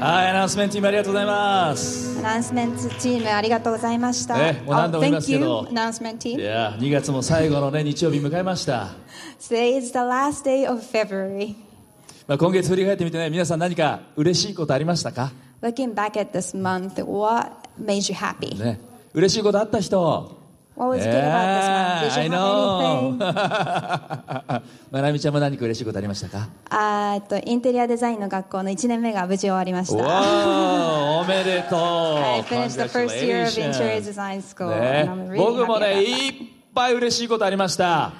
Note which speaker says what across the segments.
Speaker 1: はい、アナウンスメントチームありがとうございます。
Speaker 2: アナウンスメントチームありがとうございました。Oh,
Speaker 1: ねもう何度も言いますけ
Speaker 2: thank you,
Speaker 1: ど
Speaker 2: announcement
Speaker 1: い
Speaker 2: team.
Speaker 1: やー、2月も最後のね、日曜日迎えました。
Speaker 2: Today is the last day of February.
Speaker 1: まあ、今月振り返ってみてね、皆さん何か嬉しいことありましたか
Speaker 2: Looking back at this month, what made you happy?
Speaker 1: ね。嬉しいことあった人
Speaker 2: What was
Speaker 1: ね
Speaker 2: good about this month? Did
Speaker 1: I
Speaker 2: you
Speaker 1: know.
Speaker 2: have anything?
Speaker 1: まなみちゃんも何か嬉しいことありましたか
Speaker 2: あーえっとインテリアデザインの学校の1年目が無事終わりまし
Speaker 1: わ
Speaker 2: た。
Speaker 1: あおめでとう
Speaker 2: I finished the first year of interior
Speaker 1: Congratulations
Speaker 2: design school.
Speaker 1: ね
Speaker 2: and I'm really
Speaker 1: 僕も
Speaker 2: happy
Speaker 1: ね
Speaker 2: about that.
Speaker 1: いっぱい嬉しいことありました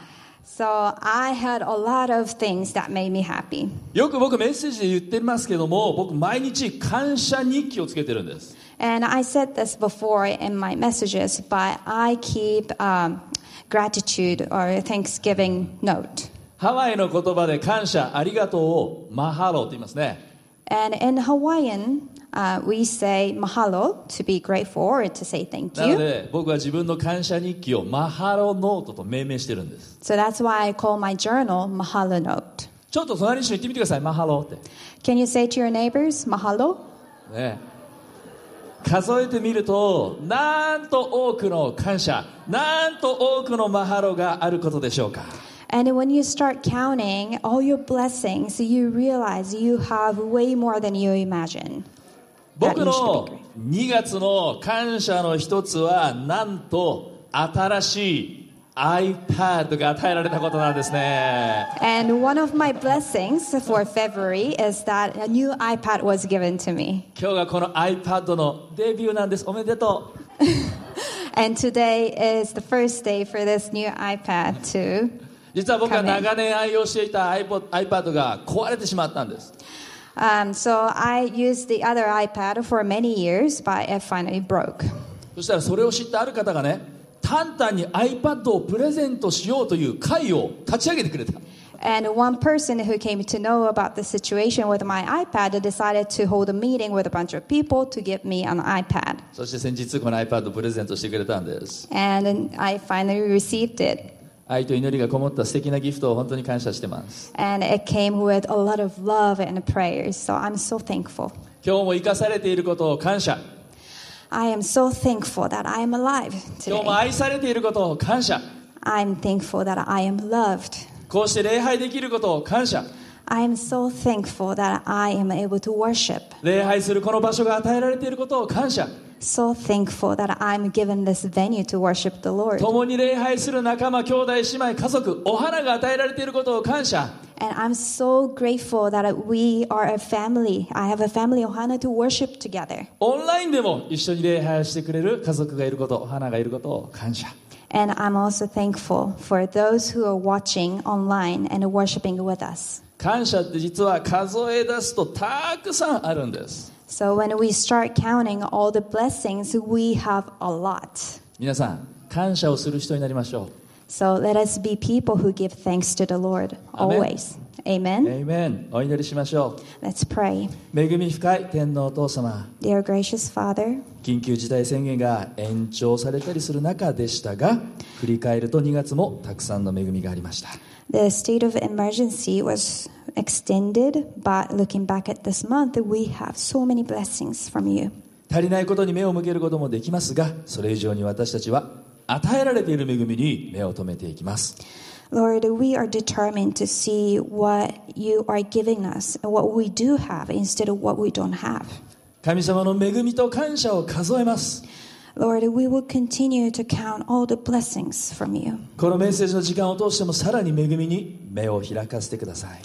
Speaker 2: So I had a lot of things that made me happy.
Speaker 1: よく僕メッセージで言ってますけども僕毎日感謝日記をつけてるんです
Speaker 2: And I said this before in my messages, but I keep um, gratitude or thanksgiving note.
Speaker 1: ハワイの言葉で感謝ありがとうをマハロと言いますね
Speaker 2: And in Hawaiian, uh, we say mahalo to be grateful or to say thank
Speaker 1: なの
Speaker 2: you.
Speaker 1: で僕は自分の感謝日記をマハロノートと命名してるんです
Speaker 2: So that's why I call my journal mahalo note.
Speaker 1: ちょっと隣の人に言ってみてくださいマハロって
Speaker 2: Can you say to your neighbors mahalo?
Speaker 1: ね、数えてみるとなんと多くの感謝なんと多くのマハロがあることでしょうか
Speaker 2: And when you start counting all your blessings, you realize you have way more than you imagine.
Speaker 1: 僕
Speaker 2: That you should
Speaker 1: の
Speaker 2: be grateful.
Speaker 1: 2月の感謝の一つはなんと新しい iPad が与えられたことなんですね
Speaker 2: And one of my blessings for February is that a new iPad was given to me.
Speaker 1: 今日がこの iPad のデビューなんですおめでと
Speaker 2: And today is the first day for this new iPad too.
Speaker 1: う実は僕は
Speaker 2: 仮面
Speaker 1: 長年愛用していた iPod iPad が壊れてしまったんです
Speaker 2: Um, so I used the other iPad for many years, but it finally broke.
Speaker 1: そしたらそれを知ったある方がね、タンタンに iPad をプレゼントしようという会を立ち上げてくれた。
Speaker 2: And one person who came to know about the situation with my iPad decided to hold a meeting with a bunch of people to give me an iPad.
Speaker 1: そして先日この iPad をプレゼントしてくれたんです。
Speaker 2: And then I finally received it.
Speaker 1: 愛と祈りがこもった素敵なギフトを本当に感謝してます。
Speaker 2: And it came with a lot of love and prayers. So I'm so thankful.
Speaker 1: 今日も生かされていることを感謝。
Speaker 2: I am so thankful that I am alive
Speaker 1: 今日も
Speaker 2: today.
Speaker 1: 愛されていることを感謝。
Speaker 2: I'm thankful that I am loved.
Speaker 1: こうして礼拝できることを感謝。
Speaker 2: I am so thankful that I am able to worship.
Speaker 1: 礼拝するこの場所が与えられていることを感謝。
Speaker 2: So thankful that I'm given this venue to worship the Lord.
Speaker 1: 共に礼拝する仲間、兄弟、姉妹、家族、お花が与えられていることを感謝。
Speaker 2: And I'm so grateful that we are a family. I have a family, Ohana, to worship together.
Speaker 1: オンラインでも一緒に礼拝をしてくれる家族がいること、お花がいることを感謝。
Speaker 2: And I'm also thankful for those who are watching online and worshiping with us.
Speaker 1: 感謝って実は数え出すとたくさんあるんです。
Speaker 2: So when we start counting all the blessings, we have a lot.
Speaker 1: 皆さん、感謝をする人になりましょ
Speaker 2: So let us be people who give thanks to the Lord always. Amen.
Speaker 1: う。エイメン。お祈りしましょ
Speaker 2: Let's pray.
Speaker 1: う。恵み深い天皇お父様。
Speaker 2: Dear gracious Father,
Speaker 1: 緊急事態宣言が延長されたりする中でしたが、振り返ると2月もたくさんの恵みがありました。
Speaker 2: the state of emergency was extended, but looking back at this month, we have so many blessings from you.
Speaker 1: 足りないことに目を向けることもできますが、それ以上に私たちは与えられている恵みに目を留めていきます。
Speaker 2: Lord, we are determined to see what you are giving us and what we do have instead of what we don't have.
Speaker 1: 神様の恵みと感謝を数えます
Speaker 2: Lord, we will continue to count all the blessings from you.
Speaker 1: このメッセージの時間を通してもさらに恵みに目を開かせてください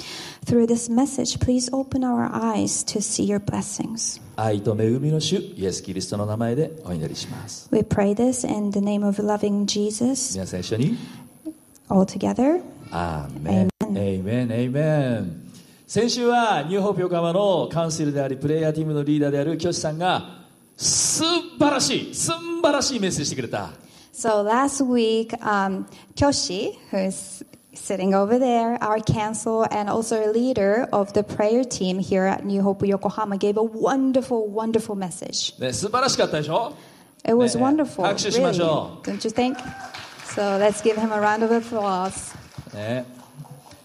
Speaker 2: Through this message, please open our eyes to see your blessings.
Speaker 1: 愛と恵みの主イエス・キリストの名前でお祈りします
Speaker 2: We pray this in the name of loving Jesus
Speaker 1: 皆さん一緒に
Speaker 2: all together.
Speaker 1: アーメンエイメンエイメン先週はニューホープ横浜のカウンシルでありプレイヤーチームのリーダーである清さんが素晴らしい素晴らしいメッセージしてくれた
Speaker 2: So last week, um, Kyoshi, who is sitting over there, our council and also a leader of the prayer team here at New Hope Yokohama, gave a wonderful, wonderful message.
Speaker 1: ね素晴らしかったでしょ
Speaker 2: It was
Speaker 1: 네,
Speaker 2: wonderful.
Speaker 1: 박수
Speaker 2: Really,
Speaker 1: 치마죠.
Speaker 2: don't you think? So let's give him a round of applause.
Speaker 1: ね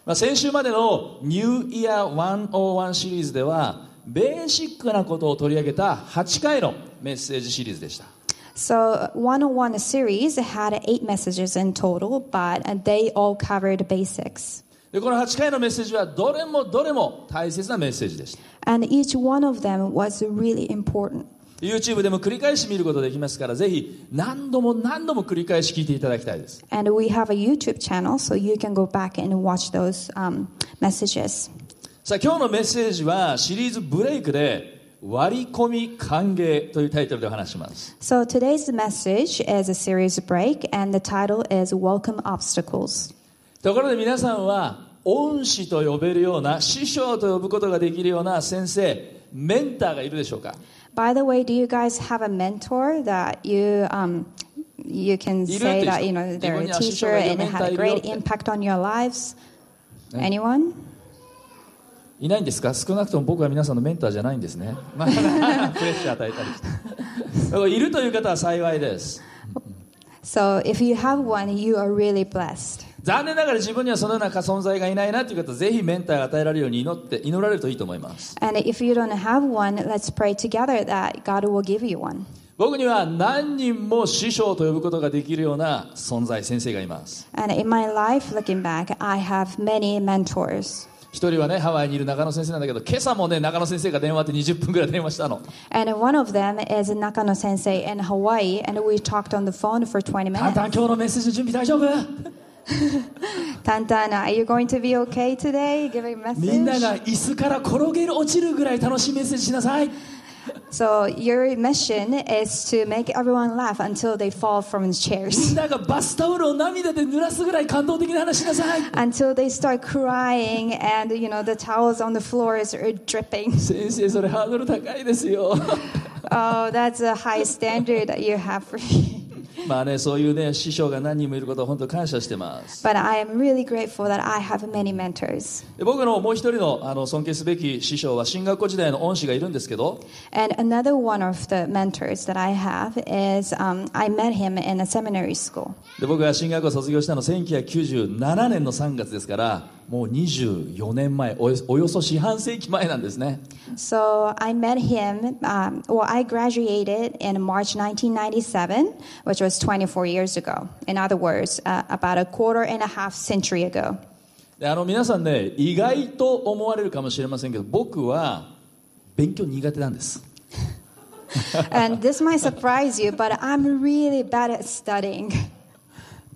Speaker 1: まあ、先週までのニューイヤー101シリーズではベーシックなことを取り上げた8回のメッセージシリーズでした。
Speaker 2: So, 101 series had eight messages in total, but they all covered basics.
Speaker 1: でこの8回のメッセージはどれもどれも大切なメッセージでした。
Speaker 2: And each one of them was really important.
Speaker 1: YouTube でも繰り返し見ることできますから、ぜひ何度も何度も繰り返し聞いていただきたいです。
Speaker 2: And we have a YouTube channel, so you can go back and watch those um, messages.
Speaker 1: さあ今日のメッセージはシリーズブレイクで割り込み歓迎というタイトルでお話しします。
Speaker 2: So, today's message is a series break, and the title is Welcome Obstacles.
Speaker 1: ところで皆さんは恩師と呼べるような師匠と呼ぶことができるような先生メンターがいるでしょうか
Speaker 2: By the way, do you guys have a mentor that you um, you can
Speaker 1: いるって
Speaker 2: say
Speaker 1: 人。
Speaker 2: that you know they're a
Speaker 1: 自分には師匠がいる、
Speaker 2: teacher and it
Speaker 1: メンターいるよっ
Speaker 2: had a
Speaker 1: て。
Speaker 2: great impact on your lives? Anyone?
Speaker 1: いないんですか少なくとも僕は皆さんのメンターじゃないんですねまあ プレッシャー与えたり しているという方は幸いです
Speaker 2: So if you have one, you are really blessed.
Speaker 1: 残念ながら自分にはそのような存在がいないなという方はぜひメンターが与えられるように祈って祈られるといいと思います
Speaker 2: And if you don't have one, let's pray together that God will give you one.
Speaker 1: 僕には何人も師匠と呼ぶことができるような存在先生がいます
Speaker 2: And in my life, looking back, I have many mentors.
Speaker 1: 一人はねハワイにいる中野先生なんだけど今朝もね中野先生が電話で20分ぐらい電話したの
Speaker 2: And one of them is Nakano sensei in Hawaii, and we talked on the phone for 20
Speaker 1: 「タン
Speaker 2: minutes.
Speaker 1: タン今日のメッセージ準備大丈 夫?
Speaker 2: Tantan, are you going to be okay today? Giving」
Speaker 1: みんな
Speaker 2: message.
Speaker 1: が椅子から転げる落ちるぐらい楽しいメッセージしな さい
Speaker 2: So your mission is to make everyone laugh until they fall from the
Speaker 1: み
Speaker 2: chairs,
Speaker 1: んながバスタオルを涙で濡らすぐらい感動的な話しなさい
Speaker 2: until they start crying, and you know the towels on the floors are dripping.
Speaker 1: 先生それハードル高いですよ
Speaker 2: Oh, that's a high standard that you have for me.
Speaker 1: まあねそういうね師匠が何人もいることを本当感謝してます
Speaker 2: But I am really grateful that I have many mentors.
Speaker 1: で僕のもう一人のあの尊敬すべき師匠は進学校時代の恩師がいるんですけど
Speaker 2: And another one of the mentors that I have is um, I met him in a seminary school.
Speaker 1: で僕が進学を卒業したの1997年の3月ですからもう24年前およおよそ四半世紀前なんですね
Speaker 2: So I met him, um, well, I graduated in March 1997, which was 24 years ago. In other words, uh, about a quarter and a half century ago.
Speaker 1: であの皆さんね意外と思われるかもしれませんけど僕は勉強苦手なんです
Speaker 2: and this might surprise you, but I'm really bad at studying.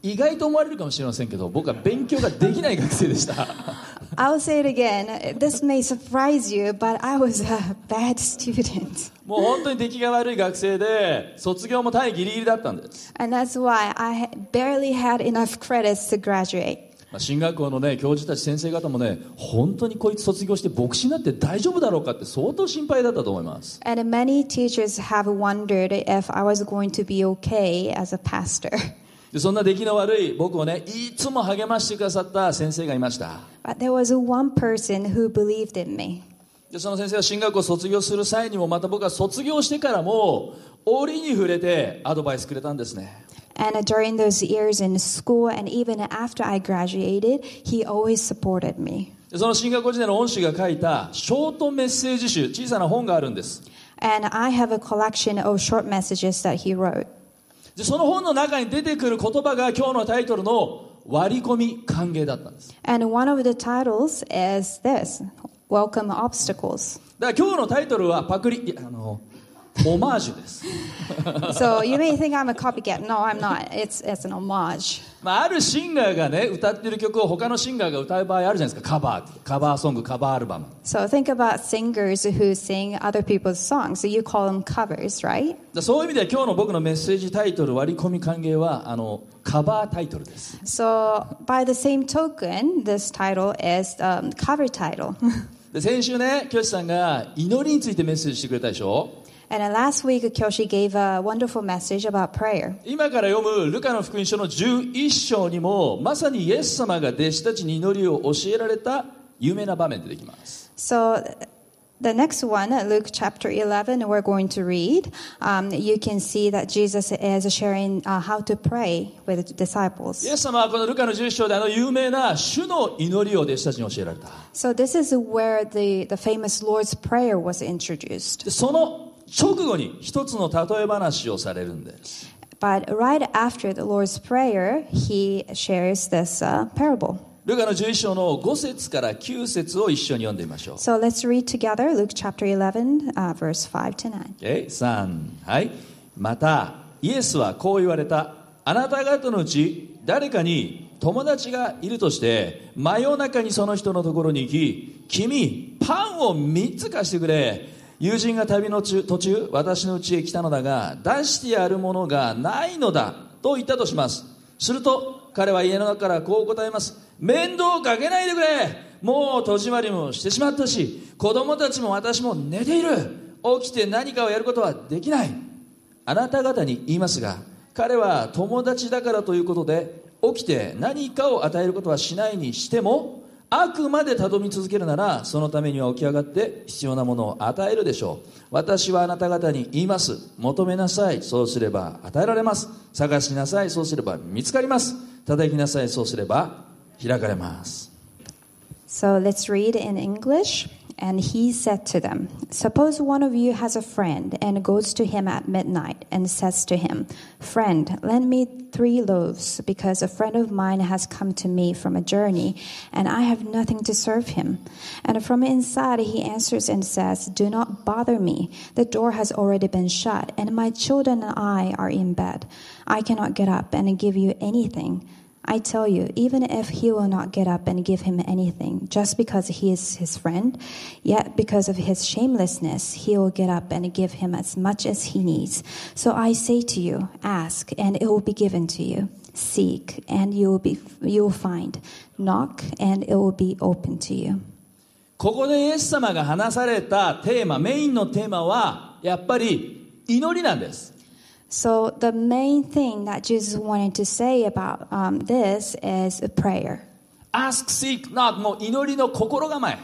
Speaker 1: 意外と思われるかもしれませんけど僕は勉強ができない学生でした
Speaker 2: I'll say it again. This may surprise you, but I was a bad student.
Speaker 1: もう本当に出来が悪い学生で卒業も単位ギリギリだったんです、
Speaker 2: And that's why I barely had enough credits to graduate.
Speaker 1: まあ、進学校のね教授たち先生方もね本当にこいつ卒業して牧師になって大丈夫だろうかって相当心配だったと思います
Speaker 2: And many teachers have wondered if I was going to be okay as a pastor.
Speaker 1: でそんな出来の悪い僕をねいつも励ましてくださった先生がいました
Speaker 2: But there was one person who believed in me.
Speaker 1: でその先生は進学校を卒業する際にもまた僕は卒業してからも折に触れてアドバイスくれたんですね
Speaker 2: And during those years in school and even after I graduated, he always supported me.
Speaker 1: でその進学校時代の恩師が書いたショートメッセージ集小さな本があるんです
Speaker 2: And I have a collection of short messages that he wrote.
Speaker 1: でその本の中に出てくる言葉が今日のタイトルの割り込み歓迎だったんです
Speaker 2: And one of the titles is this Welcome Obstacles.
Speaker 1: だから今日のタイトルはパクリいやあのオマージュです
Speaker 2: so you may think I'm a copycat. No, I'm not. It's, it's an homage.
Speaker 1: まあ、あるシンガーがね歌ってる曲を他のシンガーが歌う場合あるじゃないですかカバーってカバーソングカバーアルバム
Speaker 2: So think about singers who sing other people's songs. So you call them covers, right?
Speaker 1: だそういう意味では今日の僕のメッセージタイトル割り込み歓迎はあのカバータイトルです
Speaker 2: So by the same token, this title is um, cover title.
Speaker 1: で先週ね清さんが祈りについてメッセージしてくれたでしょ
Speaker 2: and uh, last week, Kyoshi gave a wonderful message about prayer.
Speaker 1: 今から読むルカの福音書の11章にもまさにイエス様が弟子たちに祈りを教えられた有名な場面でできます
Speaker 2: So The next one, uh, Luke chapter 11, we're going to read. Um, you can see that Jesus is sharing uh, how to pray with the disciples.
Speaker 1: イエス様はこのルカの11章であの有名な主の祈りを弟子たちに教えられた。
Speaker 2: So this is where the, the famous Lord's Prayer was introduced.
Speaker 1: でその直後に一つの例え話をされるんです。
Speaker 2: But right after the Lord's Prayer, he shares this uh, parable.
Speaker 1: ルカの11章の5節から9節を一緒に読んでみましょう。
Speaker 2: So let's read together Luke chapter 11, uh, verse 5 to 9.
Speaker 1: え3はいまたイエスはこう言われたあなた方のうち誰かに友達がいるとして真夜中にその人のところに行き君パンを3つ貸してくれ友人が旅の中途中私の家へ来たのだが出してやるものがないのだと言ったとしますすると彼は家の中からこう答えます面倒をかけないでくれもう戸締まりもしてしまったし子供たちも私も寝ている起きて何かをやることはできないあなた方に言いますが彼は友達だからということで起きて何かを与えることはしないにしてもあくまでたどみ続けるならそのためには起き上がって必要なものを与えるでしょう私はあなた方に言います求めなさいそうすれば与えられます探しなさいそうすれば見つかります叩きなさいそうすれば開かれます
Speaker 2: So let's read in English. And he said to them, Suppose one of you has a friend and goes to him at midnight and says to him, Friend, lend me three loaves, because a friend of mine has come to me from a journey, and I have nothing to serve him. And from inside he answers and says, Do not bother me. The door has already been shut, and my children and I are in bed. I cannot get up and give you anything. I tell you, even if he will not get up and give him anything, just because he is his friend, yet because of his shamelessness, he will get up and give him as much as he needs. So I say to you, ask, and it will be given to you. Seek, and you will be you will find. Knock, and it will be open to you.
Speaker 1: ここでイエス様が話されたテーマメインのテーマはやっぱり祈りなんです
Speaker 2: So the main thing that Jesus wanted to say about um, this is a prayer.
Speaker 1: Ask, seek, not もう祈りの心構え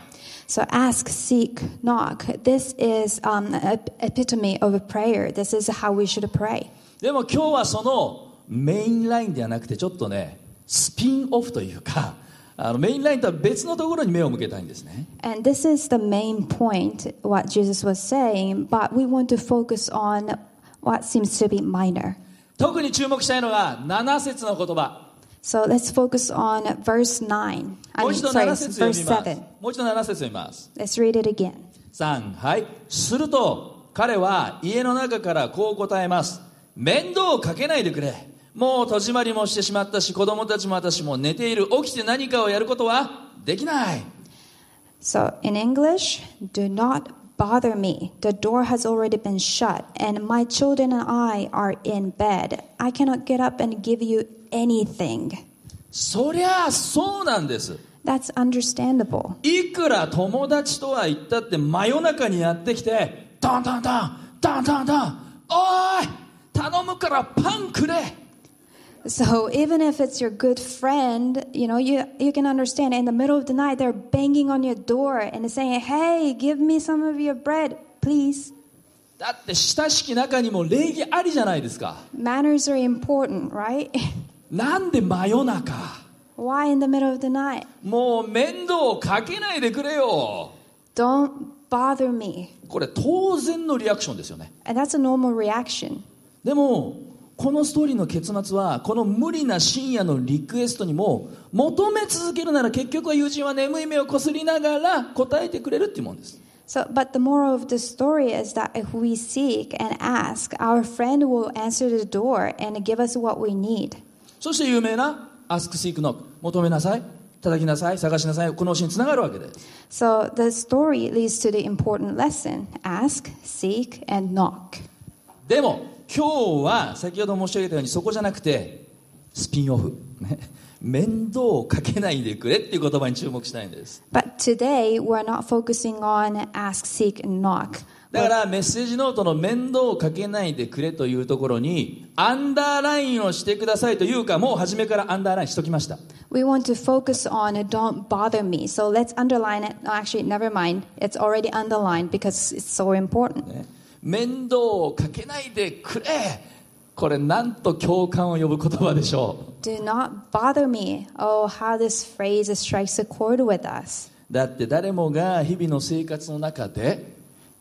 Speaker 2: So ask, seek, knock. This is um, an epitome of a prayer. This is how we should pray.
Speaker 1: でも今日はそのメインラインではなくてちょっとねスピンオフというか あのメインラインとは別のところに目を向けたいんですね
Speaker 2: And this is the main point, what Jesus was saying, but we want to focus on what seems to be minor.
Speaker 1: 特に注目したいのが7節の言葉
Speaker 2: So let's focus on verse 9.
Speaker 1: も
Speaker 2: I
Speaker 1: う
Speaker 2: mean,
Speaker 1: 一度
Speaker 2: sorry,
Speaker 1: 7節読み
Speaker 2: verse
Speaker 1: ます
Speaker 2: 7.
Speaker 1: もう一度7節読みます
Speaker 2: Let's read it again.
Speaker 1: 3はいすると彼は家の中からこう答えます面倒をかけないでくれもう戸締まりもしてしまったし子供たちも私も寝ている起きて何かをやることはできない
Speaker 2: So in English, do not bother me. The door has already been shut, and my children and I are in bed. I cannot get up and give you anything.
Speaker 1: そりゃあそうなんです
Speaker 2: That's understandable.
Speaker 1: いくら友達とは言ったって真夜中にやってきてダンダンダンダンダンダンおーい頼むからパンくれ
Speaker 2: So even if it's your good friend, you know, you, you can understand in the middle of the night they're banging on your door and saying, "Hey, give me some of your bread, please."
Speaker 1: だって親しき中にも礼儀ありじゃないですか
Speaker 2: Manners are important, right?
Speaker 1: なんで真夜中
Speaker 2: Why in the middle of the night?
Speaker 1: もう面倒をかけないでくれよ
Speaker 2: Don't bother me.
Speaker 1: これ当然のリアクションですよね
Speaker 2: And that's a normal reaction.
Speaker 1: でもこのストーリーの結末はこの無理な深夜のリクエストにも求め続けるなら結局は友人は眠い目をこすりながら答えてくれるっていうもんです
Speaker 2: So, but the moral of the story is that if we seek and ask, our friend will answer the door and give us what we need.
Speaker 1: そして有名な「アスク・シーク・ノック」求めなさい叩きなさい探しなさいこの教えにつながるわけです
Speaker 2: So the story leads to the important lesson ask, seek, and knock.
Speaker 1: でも今日は先ほど申し上げたようにそこじゃなくてスピンオフね 面倒をかけないでくれっていう言葉に注目したいんです。
Speaker 2: But today, we're not focusing on ask, seek, and knock.
Speaker 1: だからメッセージノートの面倒をかけないでくれというところにアンダーラインをしてくださいというかもう初めからアンダーラインしときました
Speaker 2: We want to focus on uh, don't bother me. So let's underline it. No, actually, never mind. It's already underlined because it's so important.
Speaker 1: ね面倒をかけないでくれこれなんと共感を呼ぶ言葉でしょ
Speaker 2: Do not bother me. Oh, how this phrase strikes a chord with us.
Speaker 1: うだって誰もが日々の生活の中で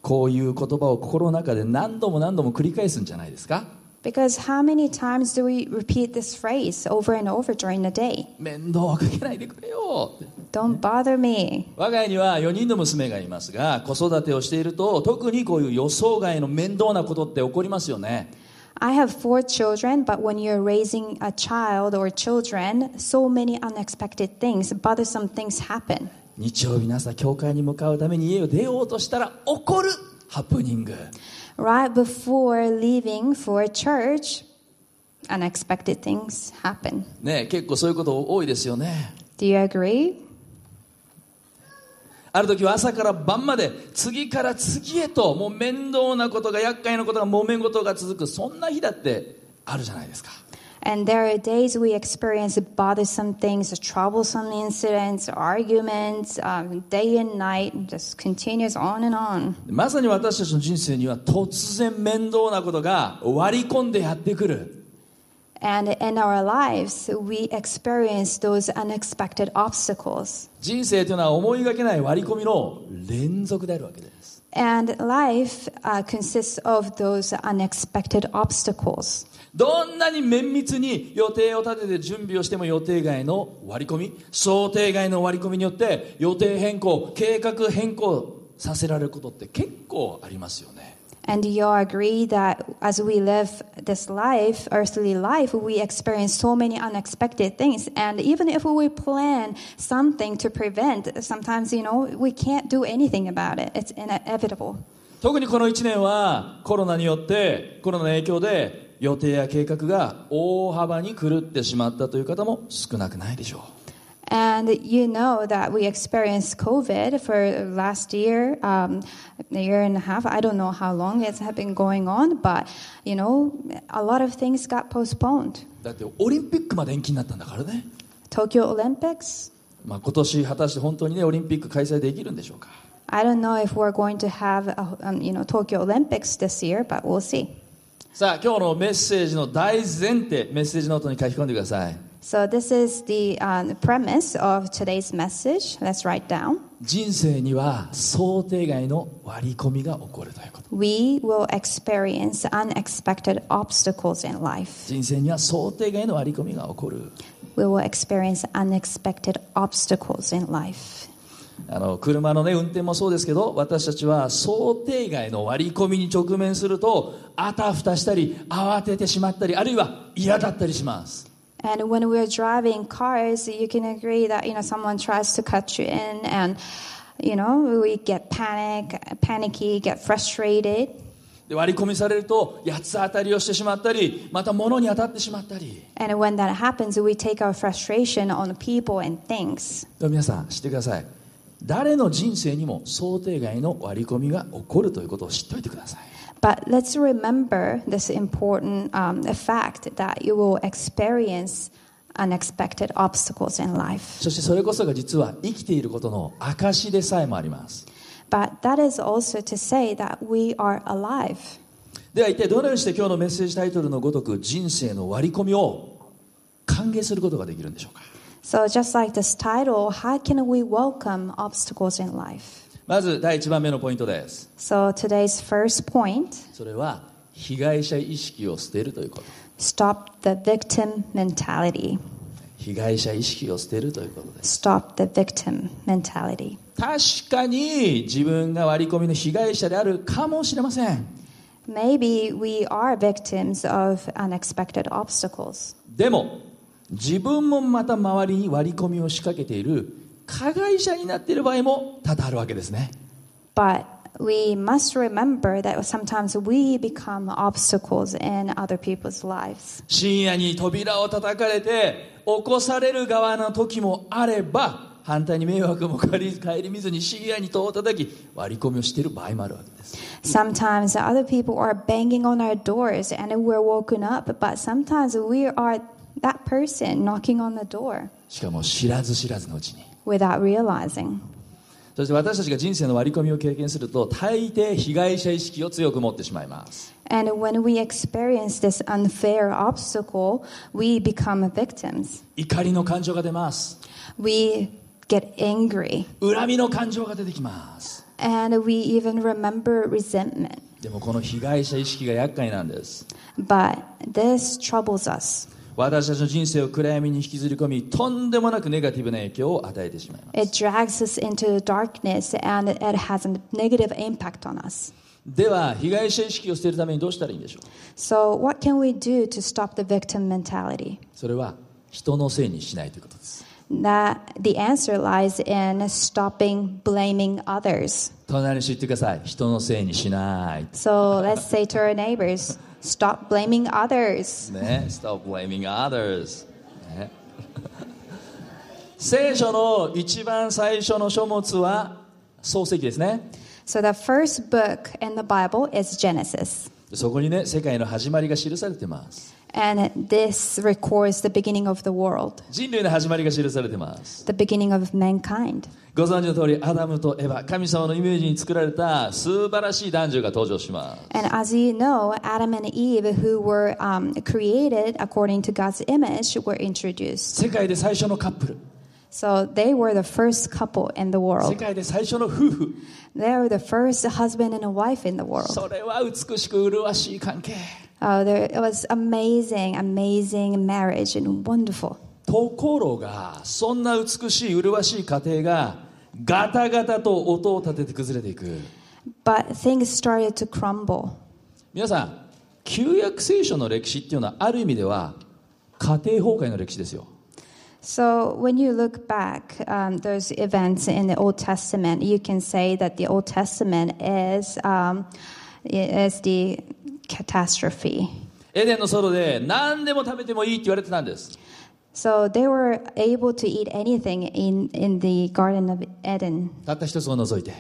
Speaker 1: こういう言葉を心の中で何度も何度も繰り返すんじゃないですか
Speaker 2: Because how many times do we repeat this phrase over and over during the day?
Speaker 1: 面倒をかけないでくれよって
Speaker 2: Don't bother me.
Speaker 1: 我が家には4人の娘がいますが子育てをしていると特にこういう予想外の面倒なことって起こりますよね
Speaker 2: I have four children, but when you're raising a child or children, so many unexpected things, bothersome things happen.
Speaker 1: 日曜日の朝教会に向かうために家を出ようとしたら起こるハプニング
Speaker 2: Right before leaving for church, unexpected things happen.
Speaker 1: ねえ結構そういうこと多いですよね
Speaker 2: Do you agree?
Speaker 1: ある時は朝から晩まで次から次へともう面倒なことが厄介なことが揉め事が続くそんな日だってあるじゃないですか
Speaker 2: And there are days we experience bothersome things, troublesome incidents, arguments, um, day and night, just continues on and on.
Speaker 1: まさに私たちの人生には突然面倒なことが割り込んでやってくる
Speaker 2: And in our lives, we experience those unexpected obstacles.
Speaker 1: 人生というのは思いがけない割り込みの連続であるわけです。
Speaker 2: And life uh, consists of those unexpected obstacles.
Speaker 1: どんなに綿密に予定を立てて準備をしても予定外の割り込み、想定外の割り込みによって予定変更、計画変更させられることって結構ありますよね。
Speaker 2: And you all agree that as we live this life, earthly life, we experience so many unexpected things. And even if we plan something to prevent, sometimes, you know, we can't do anything about it. It's inevitable.
Speaker 1: 特にこの1年はコロナによって、コロナの影響で予定や計画が大幅に狂ってしまったという方も少なくないでしょう。
Speaker 2: And you know that we experienced COVID for last year, um, a year and a half. I don't know how long it's had been going on, but, you know, a lot of things got postponed.
Speaker 1: だってオリンピックまで延期になったんだからね。
Speaker 2: Tokyo Olympics,
Speaker 1: まあ、今年果たして本当にねオリンピック開催できるんでしょうか
Speaker 2: I don't know if we're going to have a, um, you know Tokyo Olympics this year, but we'll see.
Speaker 1: さあ今日のメッセージの大前提メッセージノートに書き込んでください
Speaker 2: So this is the uh, premise of today's message. Let's write down.
Speaker 1: 人生には想定外の割り込みが起こるということ
Speaker 2: We will experience unexpected obstacles in life.
Speaker 1: 人生には想定外の割り込みが起こる
Speaker 2: We will experience unexpected obstacles in life.
Speaker 1: あの車のね運転もそうですけど私たちは想定外の割り込みに直面するとあたふたしたり慌ててしまったりあるいは嫌だったりします
Speaker 2: And when we're driving cars, you can agree that you know someone tries to cut you in, and you know we get panic, panicky, get frustrated.
Speaker 1: で割り込みされると八つ当たりをしてしまったりまた物に当たってしまったり
Speaker 2: And when that happens, we take our frustration on people and things.
Speaker 1: でも皆さん知ってください誰の人生にも想定外の割り込みが起こるということを知っておいてください
Speaker 2: But let's remember this important um, fact that you will experience unexpected obstacles in life.
Speaker 1: そしてそれこそが実は生きていることの証でさえもあります
Speaker 2: But that is also to say that we are alive.
Speaker 1: では一体どのようにして今日のメッセージタイトルのごとく人生の割り込みを歓迎することができるんでしょうか
Speaker 2: So, just like this title, how can we welcome obstacles in life?
Speaker 1: まず第1番目のポイントです
Speaker 2: So, today's first point
Speaker 1: それは被害者意識を捨てるということ
Speaker 2: stop the victim mentality.
Speaker 1: 被害者意識を捨てるということです
Speaker 2: Stop the victim mentality.
Speaker 1: 確かに自分が割り込みの被害者であるかもしれません
Speaker 2: Maybe we are victims of unexpected obstacles.
Speaker 1: でも自分もまた周りに割り込みを仕掛けている加害者になっている場合も多々あるわけですね
Speaker 2: But we must remember that sometimes we become obstacles in other people's lives.
Speaker 1: 深夜に扉を叩かれて起こされる側の時もあれば反対に迷惑も顧り顧みずに深夜に戸を叩き割り込みをしている場合もあるわけです
Speaker 2: Sometimes other people are banging on our doors and we're woken up, but sometimes we are that person knocking on the door
Speaker 1: しかも知らず知らずのうちに
Speaker 2: without realizing.
Speaker 1: そして私たちが人生の割り込みを経験すると大抵被害者意識を強く持ってしまいます
Speaker 2: And when we experience this unfair obstacle, we become victims.
Speaker 1: 怒りの感情が出ます
Speaker 2: We get angry
Speaker 1: 恨みの感情が出てきます
Speaker 2: and we even remember resentment.
Speaker 1: でもこの被害者意識が厄介なんです
Speaker 2: But this troubles us.
Speaker 1: 私たちの人生を暗闇に引きずり込みとんでもなくネガティブな影響を与えてしまいます
Speaker 2: It drags us into the darkness and it has a negative impact on us.
Speaker 1: では被害者意識を捨てるためにどうしたらいいんでしょう
Speaker 2: So, what can we do to stop the victim mentality?
Speaker 1: それは人のせいにしないということです
Speaker 2: That the answer lies in stopping blaming others.
Speaker 1: 隣の人言ってください人のせいにしない
Speaker 2: So, let's say to our neighbors, stop blaming others.
Speaker 1: ね Stop blaming others ね 聖書の一番最初の書物は創世記ですね
Speaker 2: So, the first book in the Bible is Genesis.
Speaker 1: そこにね世界の始まりが記されてます
Speaker 2: And this records the beginning of the world,
Speaker 1: 人類の始まりが記されてます
Speaker 2: the beginning of mankind.
Speaker 1: ご存知の通りアダムとエヴァ神様のイメージに作られた素晴らしい男女が登場します
Speaker 2: And as you know, Adam and Eve, who were um, created according to God's image, were introduced.
Speaker 1: 世界で最初のカップル
Speaker 2: So they were the first couple in the
Speaker 1: 世
Speaker 2: world.
Speaker 1: 界で最初の夫婦
Speaker 2: They were the first husband and a wife in the world.
Speaker 1: それは美しく麗しい関係
Speaker 2: Oh, there, it was amazing, amazing marriage and wonderful.
Speaker 1: ところがそんな美しい麗しい家庭がガタガタと音を立てて崩れていく
Speaker 2: But things started to crumble.
Speaker 1: 皆さん旧約聖書の歴史っていうのはある意味では家庭崩壊の歴史ですよ
Speaker 2: So when you look back um, those events in the Old Testament, you can say that the Old Testament is um, is the catastrophe.
Speaker 1: エデンの園で何でも食べてもいいって言われてたんです
Speaker 2: So they were able to eat anything in, in the Garden of Eden
Speaker 1: たった一つを除いて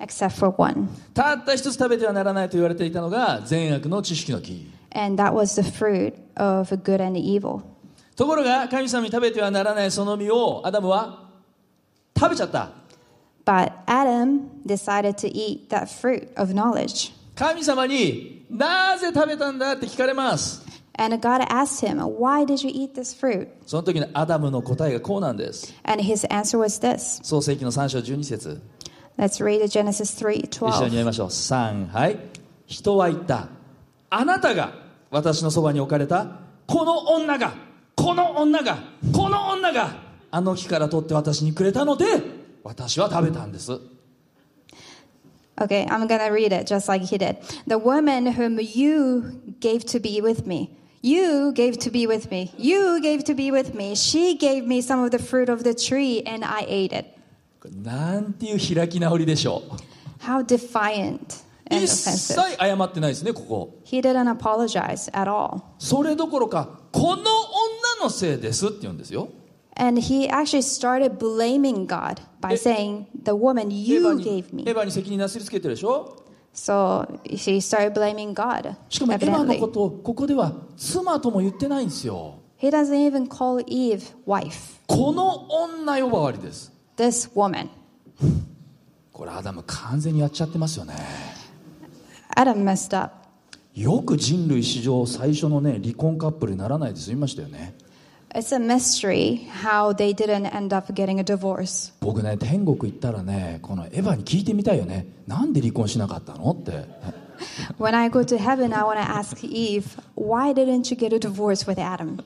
Speaker 2: except for one,
Speaker 1: たった一つ食べてはならないと言われていたのが善悪の知識の木
Speaker 2: and that was the fruit of good and evil.
Speaker 1: ところが神様に食べてはならないその実をアダムは食べちゃった
Speaker 2: But Adam decided to eat that fruit of knowledge.
Speaker 1: 神様になぜ食べたんだって聞かれます
Speaker 2: And God asked him, Why did you eat this fruit?
Speaker 1: その時のアダムの答えがこうなんです
Speaker 2: And his answer was this.
Speaker 1: 創世紀の3章12節
Speaker 2: Let's read it, Genesis 3
Speaker 1: 一緒に
Speaker 2: 12.
Speaker 1: 読みましょう3はい人は言ったあなたが私のそばに置かれたこの女がこの女がこの女があの木から取って私にくれたので私は食べたんです
Speaker 2: Okay, I'm gonna read it just like he did. The woman whom you gave to be with me. You gave to be with me. You gave to be with me. She gave me some of the fruit of the tree and I ate it.
Speaker 1: これなんていう開き直りでしょう
Speaker 2: How defiant
Speaker 1: 一
Speaker 2: and
Speaker 1: 切
Speaker 2: offensive.
Speaker 1: 謝ってないですねここ
Speaker 2: He didn't apologize at all.
Speaker 1: それどころかこの女のせいですって言うんですよ
Speaker 2: And he actually started blaming God by
Speaker 1: Eh.
Speaker 2: saying, The woman
Speaker 1: エヴァ
Speaker 2: you
Speaker 1: に
Speaker 2: gave
Speaker 1: エ
Speaker 2: me.
Speaker 1: ヴァに責任なすりつけてるでしょ
Speaker 2: So she started blaming God.
Speaker 1: しかもエヴァの
Speaker 2: evidently.
Speaker 1: ことをここでは妻とも言ってないんですよ
Speaker 2: He doesn't even call Eve wife,
Speaker 1: この女呼ばわりです
Speaker 2: this woman.
Speaker 1: これアダム完全にやっちゃってますよね
Speaker 2: Adam messed up.
Speaker 1: よく人類史上最初のね離婚カップルにならないで済みましたよね
Speaker 2: It's a mystery how they didn't end up getting a divorce.
Speaker 1: 僕ね天国行ったらねこのエヴァに聞いてみたいよねなんで離婚しなかったのって
Speaker 2: When I go to heaven, I want to ask Eve, why didn't you get a divorce with Adam?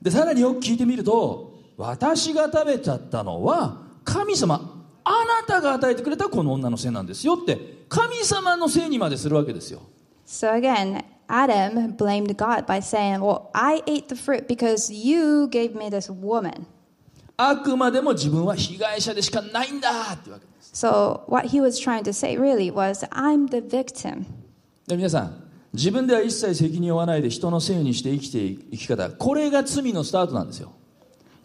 Speaker 1: でさらによく聞いてみると私が食べちゃったのは神様あなたが与えてくれたこの女のせいなんですよって神様のせいにまでするわけですよ
Speaker 2: So again, Adam blamed God by saying, Well, I ate the fruit because you gave me this woman.
Speaker 1: あくまでも自分は被害者でしかないんだってわけです
Speaker 2: So, what he was trying to say really was, I'm the victim.
Speaker 1: で皆さん自分では一切責任を負わないで人のせいにして生きてい生き方これが罪のスタートなんですよ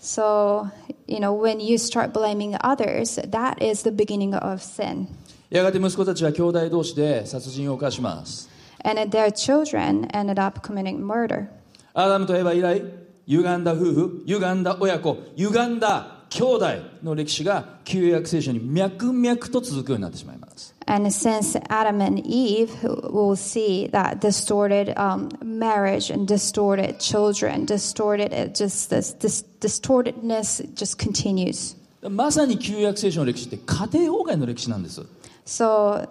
Speaker 2: So, you know, when you start blaming others, that is the beginning of sin.
Speaker 1: やがて息子たちは兄弟同士で殺人を犯します
Speaker 2: And their children ended up committing murder.
Speaker 1: アダムとエヴァ以来歪んだ夫婦歪んだ親子歪んだ兄弟の歴史が旧約聖書に脈々と続くようになってしまいます
Speaker 2: And since Adam and Eve, we'll see that distorted um, marriage and distorted children, distorted, it just this, this distortedness just continues.
Speaker 1: まさに旧約聖書の歴史って家庭崩壊の歴史なんです
Speaker 2: So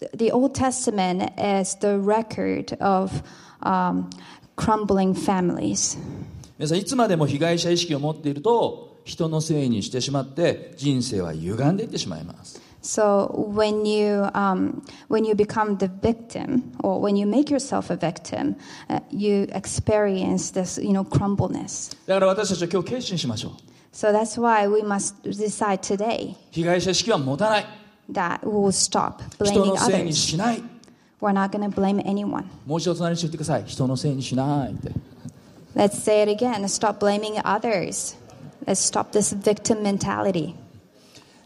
Speaker 2: th- the Old Testament is the record of um, crumbling families.
Speaker 1: 皆さんいつまでも被害者意識を持っていると人のせいにしてしまって人生は歪んでいってしまいます
Speaker 2: So when you um, when you become the victim, or when you make yourself a victim, uh, you experience this, you know, crumbleness.
Speaker 1: だから私たちは今日決心しましょう
Speaker 2: So that's why we must decide today
Speaker 1: 被害者意識は持たない
Speaker 2: that we will stop
Speaker 1: 人
Speaker 2: blaming
Speaker 1: のせいに
Speaker 2: others.
Speaker 1: しない
Speaker 2: We're not going to blame anyone.
Speaker 1: もう一度隣の人に言ってください人のせいにしないって
Speaker 2: Let's say it again. Stop blaming others. Let's stop this victim mentality.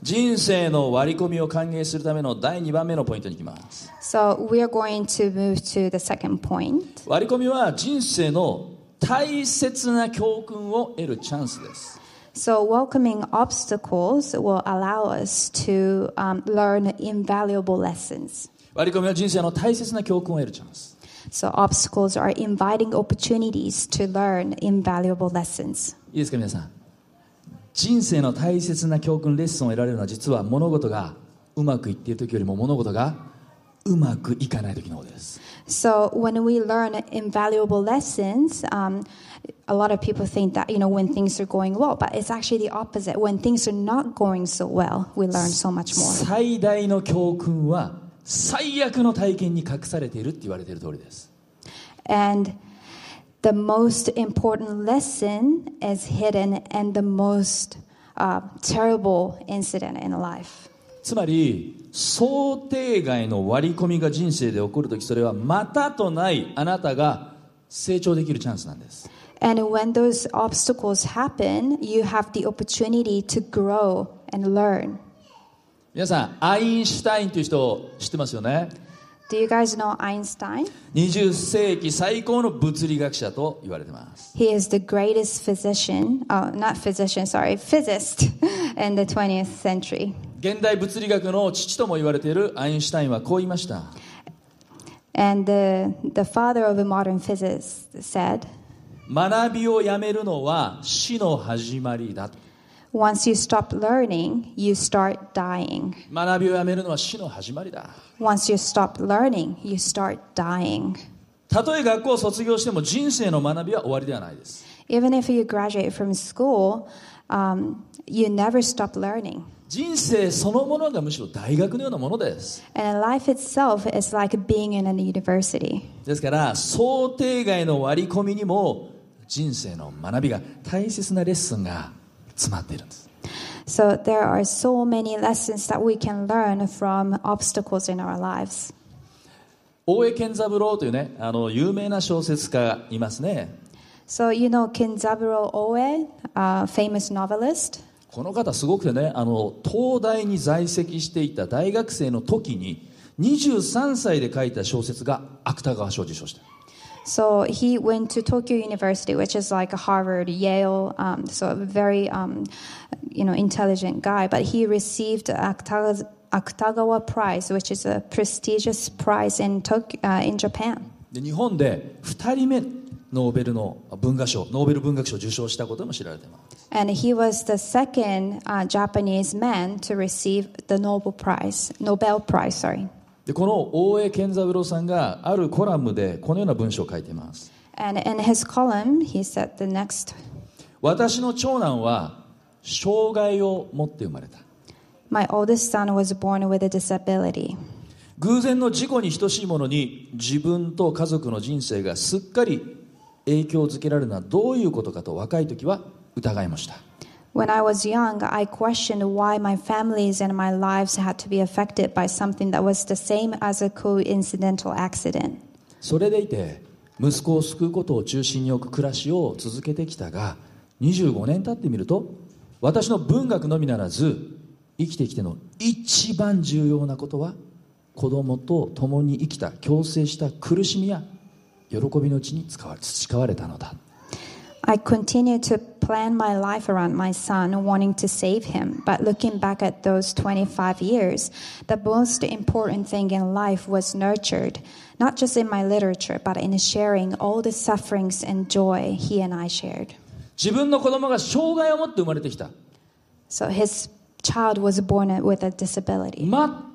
Speaker 1: 人生の割り込みを歓迎するための第2番目のポイントに行きます
Speaker 2: So we are going to move to the second point.
Speaker 1: 割り込みは人生の大切な教訓を得るチャンスです
Speaker 2: So welcoming obstacles will allow us to um, learn invaluable lessons.
Speaker 1: 割り込みは人生の大切な教訓を得るチャンス
Speaker 2: So obstacles are inviting opportunities to learn invaluable lessons.
Speaker 1: いいですか皆さん人生の大切な教訓レッスンを得られるのは実は物事がうまくいっている時よりも物事がうまくいかない時のことです
Speaker 2: So when we learn invaluable lessons, um, a lot of people think that you know when things are going well, but it's actually the opposite. When things are not going so well, we learn so much more.
Speaker 1: 最大の教訓は最悪の体験に隠されているって言われている通りです
Speaker 2: And the most important lesson is hidden and the most uh, terrible incident in life.
Speaker 1: つまり想定外の割り込みが人生で起こる時それはまたとないあなたが成長できるチャンスなんです
Speaker 2: And when those obstacles happen, you have the opportunity to grow and learn.
Speaker 1: 皆さんアインシュタインという人を知ってますよね
Speaker 2: Do you guys know Einstein?
Speaker 1: 20世紀最高の物理学者と言われてます
Speaker 2: He is the greatest physician, oh, not physician, sorry, physicist in the 20th century.
Speaker 1: 現代物理学の父とも言われているアインシュタインはこう言いました
Speaker 2: And the, the father of the modern physics said,
Speaker 1: 学びをやめるのは死の始まりだと
Speaker 2: Once you stop learning, you start dying.
Speaker 1: 学びをやめるのは死の始まりだ
Speaker 2: Once you stop learning, you start dying.
Speaker 1: たとえ学校を卒業しても人生の学びは終わりではないです
Speaker 2: Even if you graduate from school, um, you never stop learning.
Speaker 1: 人生そのものがむしろ大学のようなものです
Speaker 2: And life itself is like being in a university.
Speaker 1: ですから想定外の割り込みにも人生の学びが大切なレッスンが詰まっているんです
Speaker 2: So there are so many lessons that we can learn from obstacles in our lives.
Speaker 1: 大江健三郎というねあの有名な小説家がいますね
Speaker 2: So you know Kenzaburo Oe, a famous novelist.
Speaker 1: この方すごくてねあの東大に在籍していた大学生の時に23歳で書いた小説が芥川賞を受賞してる
Speaker 2: So he went to Tokyo University, which is like a Harvard, Yale, um, so a very um, you know intelligent guy. But he received Akutagawa, Akutagawa Prize, which is a prestigious prize in Tokyo, uh, in Japan.
Speaker 1: で日本で2人目ノーベルの文学賞ノーベル文学賞を受賞したことも知られています
Speaker 2: And he was the second uh, Japanese man to receive the Nobel Prize, Nobel Prize, sorry.
Speaker 1: でこの大江健三郎さんがあるコラムでこのような文章を書いています
Speaker 2: And in his column, he said the next
Speaker 1: 私の長男は障害を持って生まれた
Speaker 2: My oldest son was born with a disability.
Speaker 1: 偶然の事故に等しいものに自分と家族の人生がすっかり影響づけられるのはどういうことかと若い時は疑いました
Speaker 2: When I was young, I questioned why my families and my lives had to be affected by something that was the same as a coincidental accident.
Speaker 1: それでいて息子を救うことを中心に置く暮らしを続けてきたが25年経ってみると私の文学のみならず生きてきての一番重要なことは子供と共に生きた共生した苦しみや喜びのうちに使わ培われたのだ
Speaker 2: I continued to plan my life around my son, wanting to save him. But looking back at those 25 years, the most important thing in life was nurtured, not just in my literature, but in sharing all the sufferings and joy he and I shared.
Speaker 1: 自分の子供が障害を持って生まれてきた
Speaker 2: So his child was born with a disability.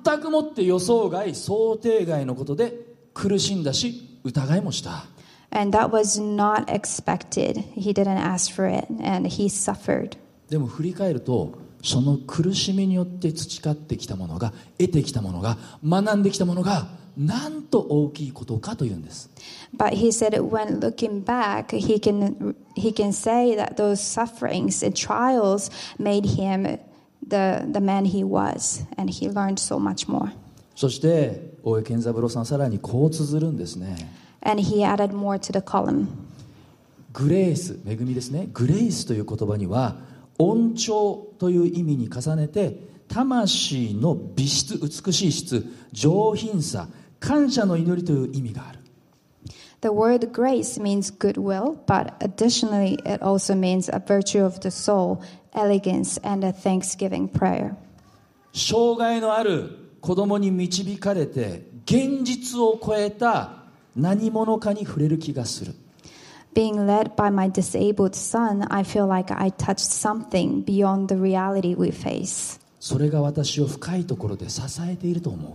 Speaker 1: 全くもって予想外想定外のことで苦しんだし疑いもした
Speaker 2: And that was not expected. He didn't ask for it, and he suffered.
Speaker 1: でも振り返るとその苦しみによって培ってきたものが得てきたものが学んできたものがなんと大きいことかというんです
Speaker 2: But he said, when looking back, he can he can say that those sufferings and trials made him the the man he was, and he learned so much more.
Speaker 1: そして大江健三郎さんさらにこう綴るんですね
Speaker 2: And he added more to the column.
Speaker 1: グレース恵みですねグレースという言葉には恩寵という意味に重ねて魂の美質美しい質上品さ感謝の祈りという意味がある
Speaker 2: The word grace means goodwill, but additionally, it also means a virtue of the soul, elegance, and a thanksgiving prayer.
Speaker 1: 障害のある子供に導かれて現実を超えた何者かに触れる気がする
Speaker 2: Being led by my disabled son, I feel like I touched something beyond the reality we face.
Speaker 1: それが私を深いところで支えていると思う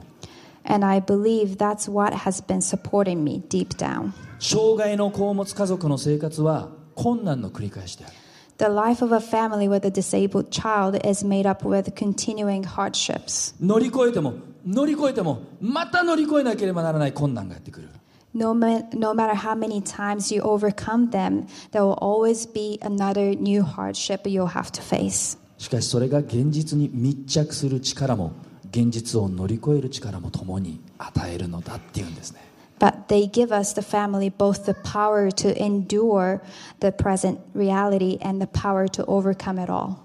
Speaker 2: And I believe that's what has been supporting me deep down.
Speaker 1: 障害の子を持つ家族の生活は困難の繰り返しである
Speaker 2: The life of a family with a disabled child is made up with continuing hardships.
Speaker 1: 乗り越えても乗り越えてもまた乗り越えなければならない困難がやってくる
Speaker 2: No, ma- no matter how many times you overcome them, there will always be another new hardship you'll have to face.
Speaker 1: しかしそれが現実に密着する力も現実を乗り越える力も共に与えるのだっていうんですね
Speaker 2: But they give us, the family, both the power to endure the present reality and the power to overcome it all.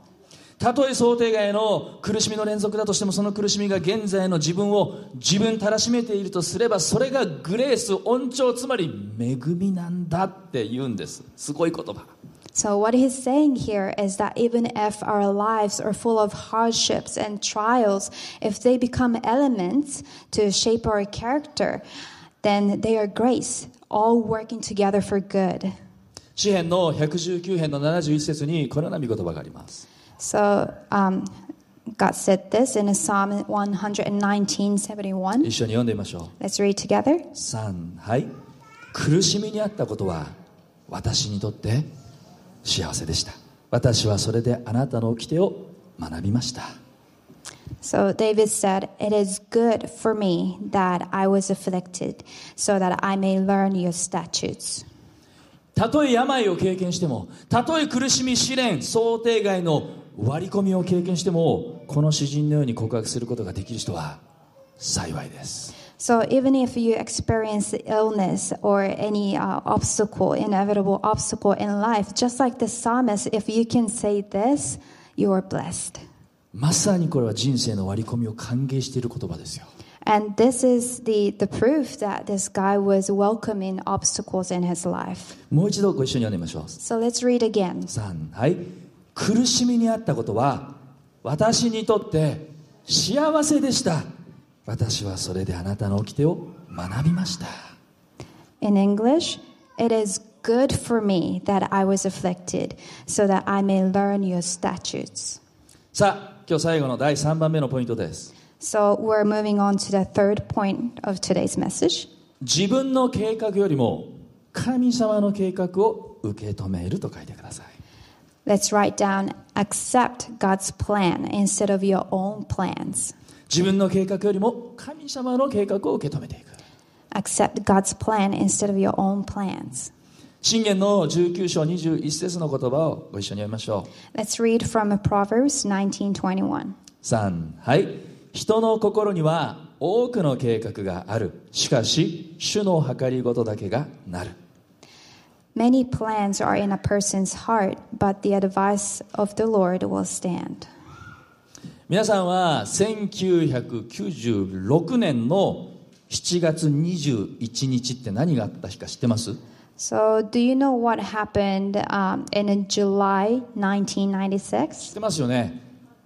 Speaker 1: たとえ想定外の苦しみの連続だとしてもその苦しみが現在の自分を自分たらしめているとすればそれがグレース恩寵つまり恵みなんだって言うんですすごい言葉
Speaker 2: So, what he's saying here is that even if our lives are full of hardships and trials, if they become elements to shape our character, then they are grace, all working together for good.
Speaker 1: 詩編の119編の71節にこのような見言葉があります
Speaker 2: So, um, God said this in Psalm 119 71.
Speaker 1: 一緒に読んでみましょ
Speaker 2: Let's read together.
Speaker 1: う3はい苦しみにあったことは私にとって幸せでした私はそれであなたの掟を学びました
Speaker 2: So David said, It is good for me that I was afflicted, so that I may learn your statutes.
Speaker 1: たとえ病を経験してもたとえ苦しみ試練想定外の割り込みを経験してもこの詩人のように告白することができる人は幸いです
Speaker 2: So even if you experience illness or any uh, obstacle, inevitable obstacle in life, just like the psalmist, if you can say this, you are blessed.
Speaker 1: まさにこれは人生の割り込みを歓迎している言葉ですよ
Speaker 2: And this is the, the proof that this guy was welcoming obstacles in his life.
Speaker 1: もう一度ご一緒に読んでみましょう
Speaker 2: So let's read again.
Speaker 1: 3はい苦しみにあったことは私にとって幸せでした私はそれであなたの掟を学びました
Speaker 2: In English, it is good for me that I was afflicted, so that I may learn your statutes.
Speaker 1: さあ今日最後の第3番目のポイントです
Speaker 2: So we're moving on to the third point of today's message.
Speaker 1: 自分の計画よりも神様の計画を受け止めると書いてください
Speaker 2: Let's write down accept God's plan instead of your own plans.
Speaker 1: 自分の計画よりも神様の計画を受け止めていく
Speaker 2: Accept God's plan instead of your own plans.
Speaker 1: 信玄の19章21節の言葉をご一緒に読みましょう。
Speaker 2: Let's read from Proverbs 19:21.
Speaker 1: 3はい人の心には多くの計画があるしかし主の計りごとだけがなる
Speaker 2: Many plans are in a person's heart, but the advice of the Lord will stand.
Speaker 1: 皆さんは1996年の7月21日って何があった日か知ってます
Speaker 2: So, do you know what happened um, in July 1996?
Speaker 1: 知ってますよね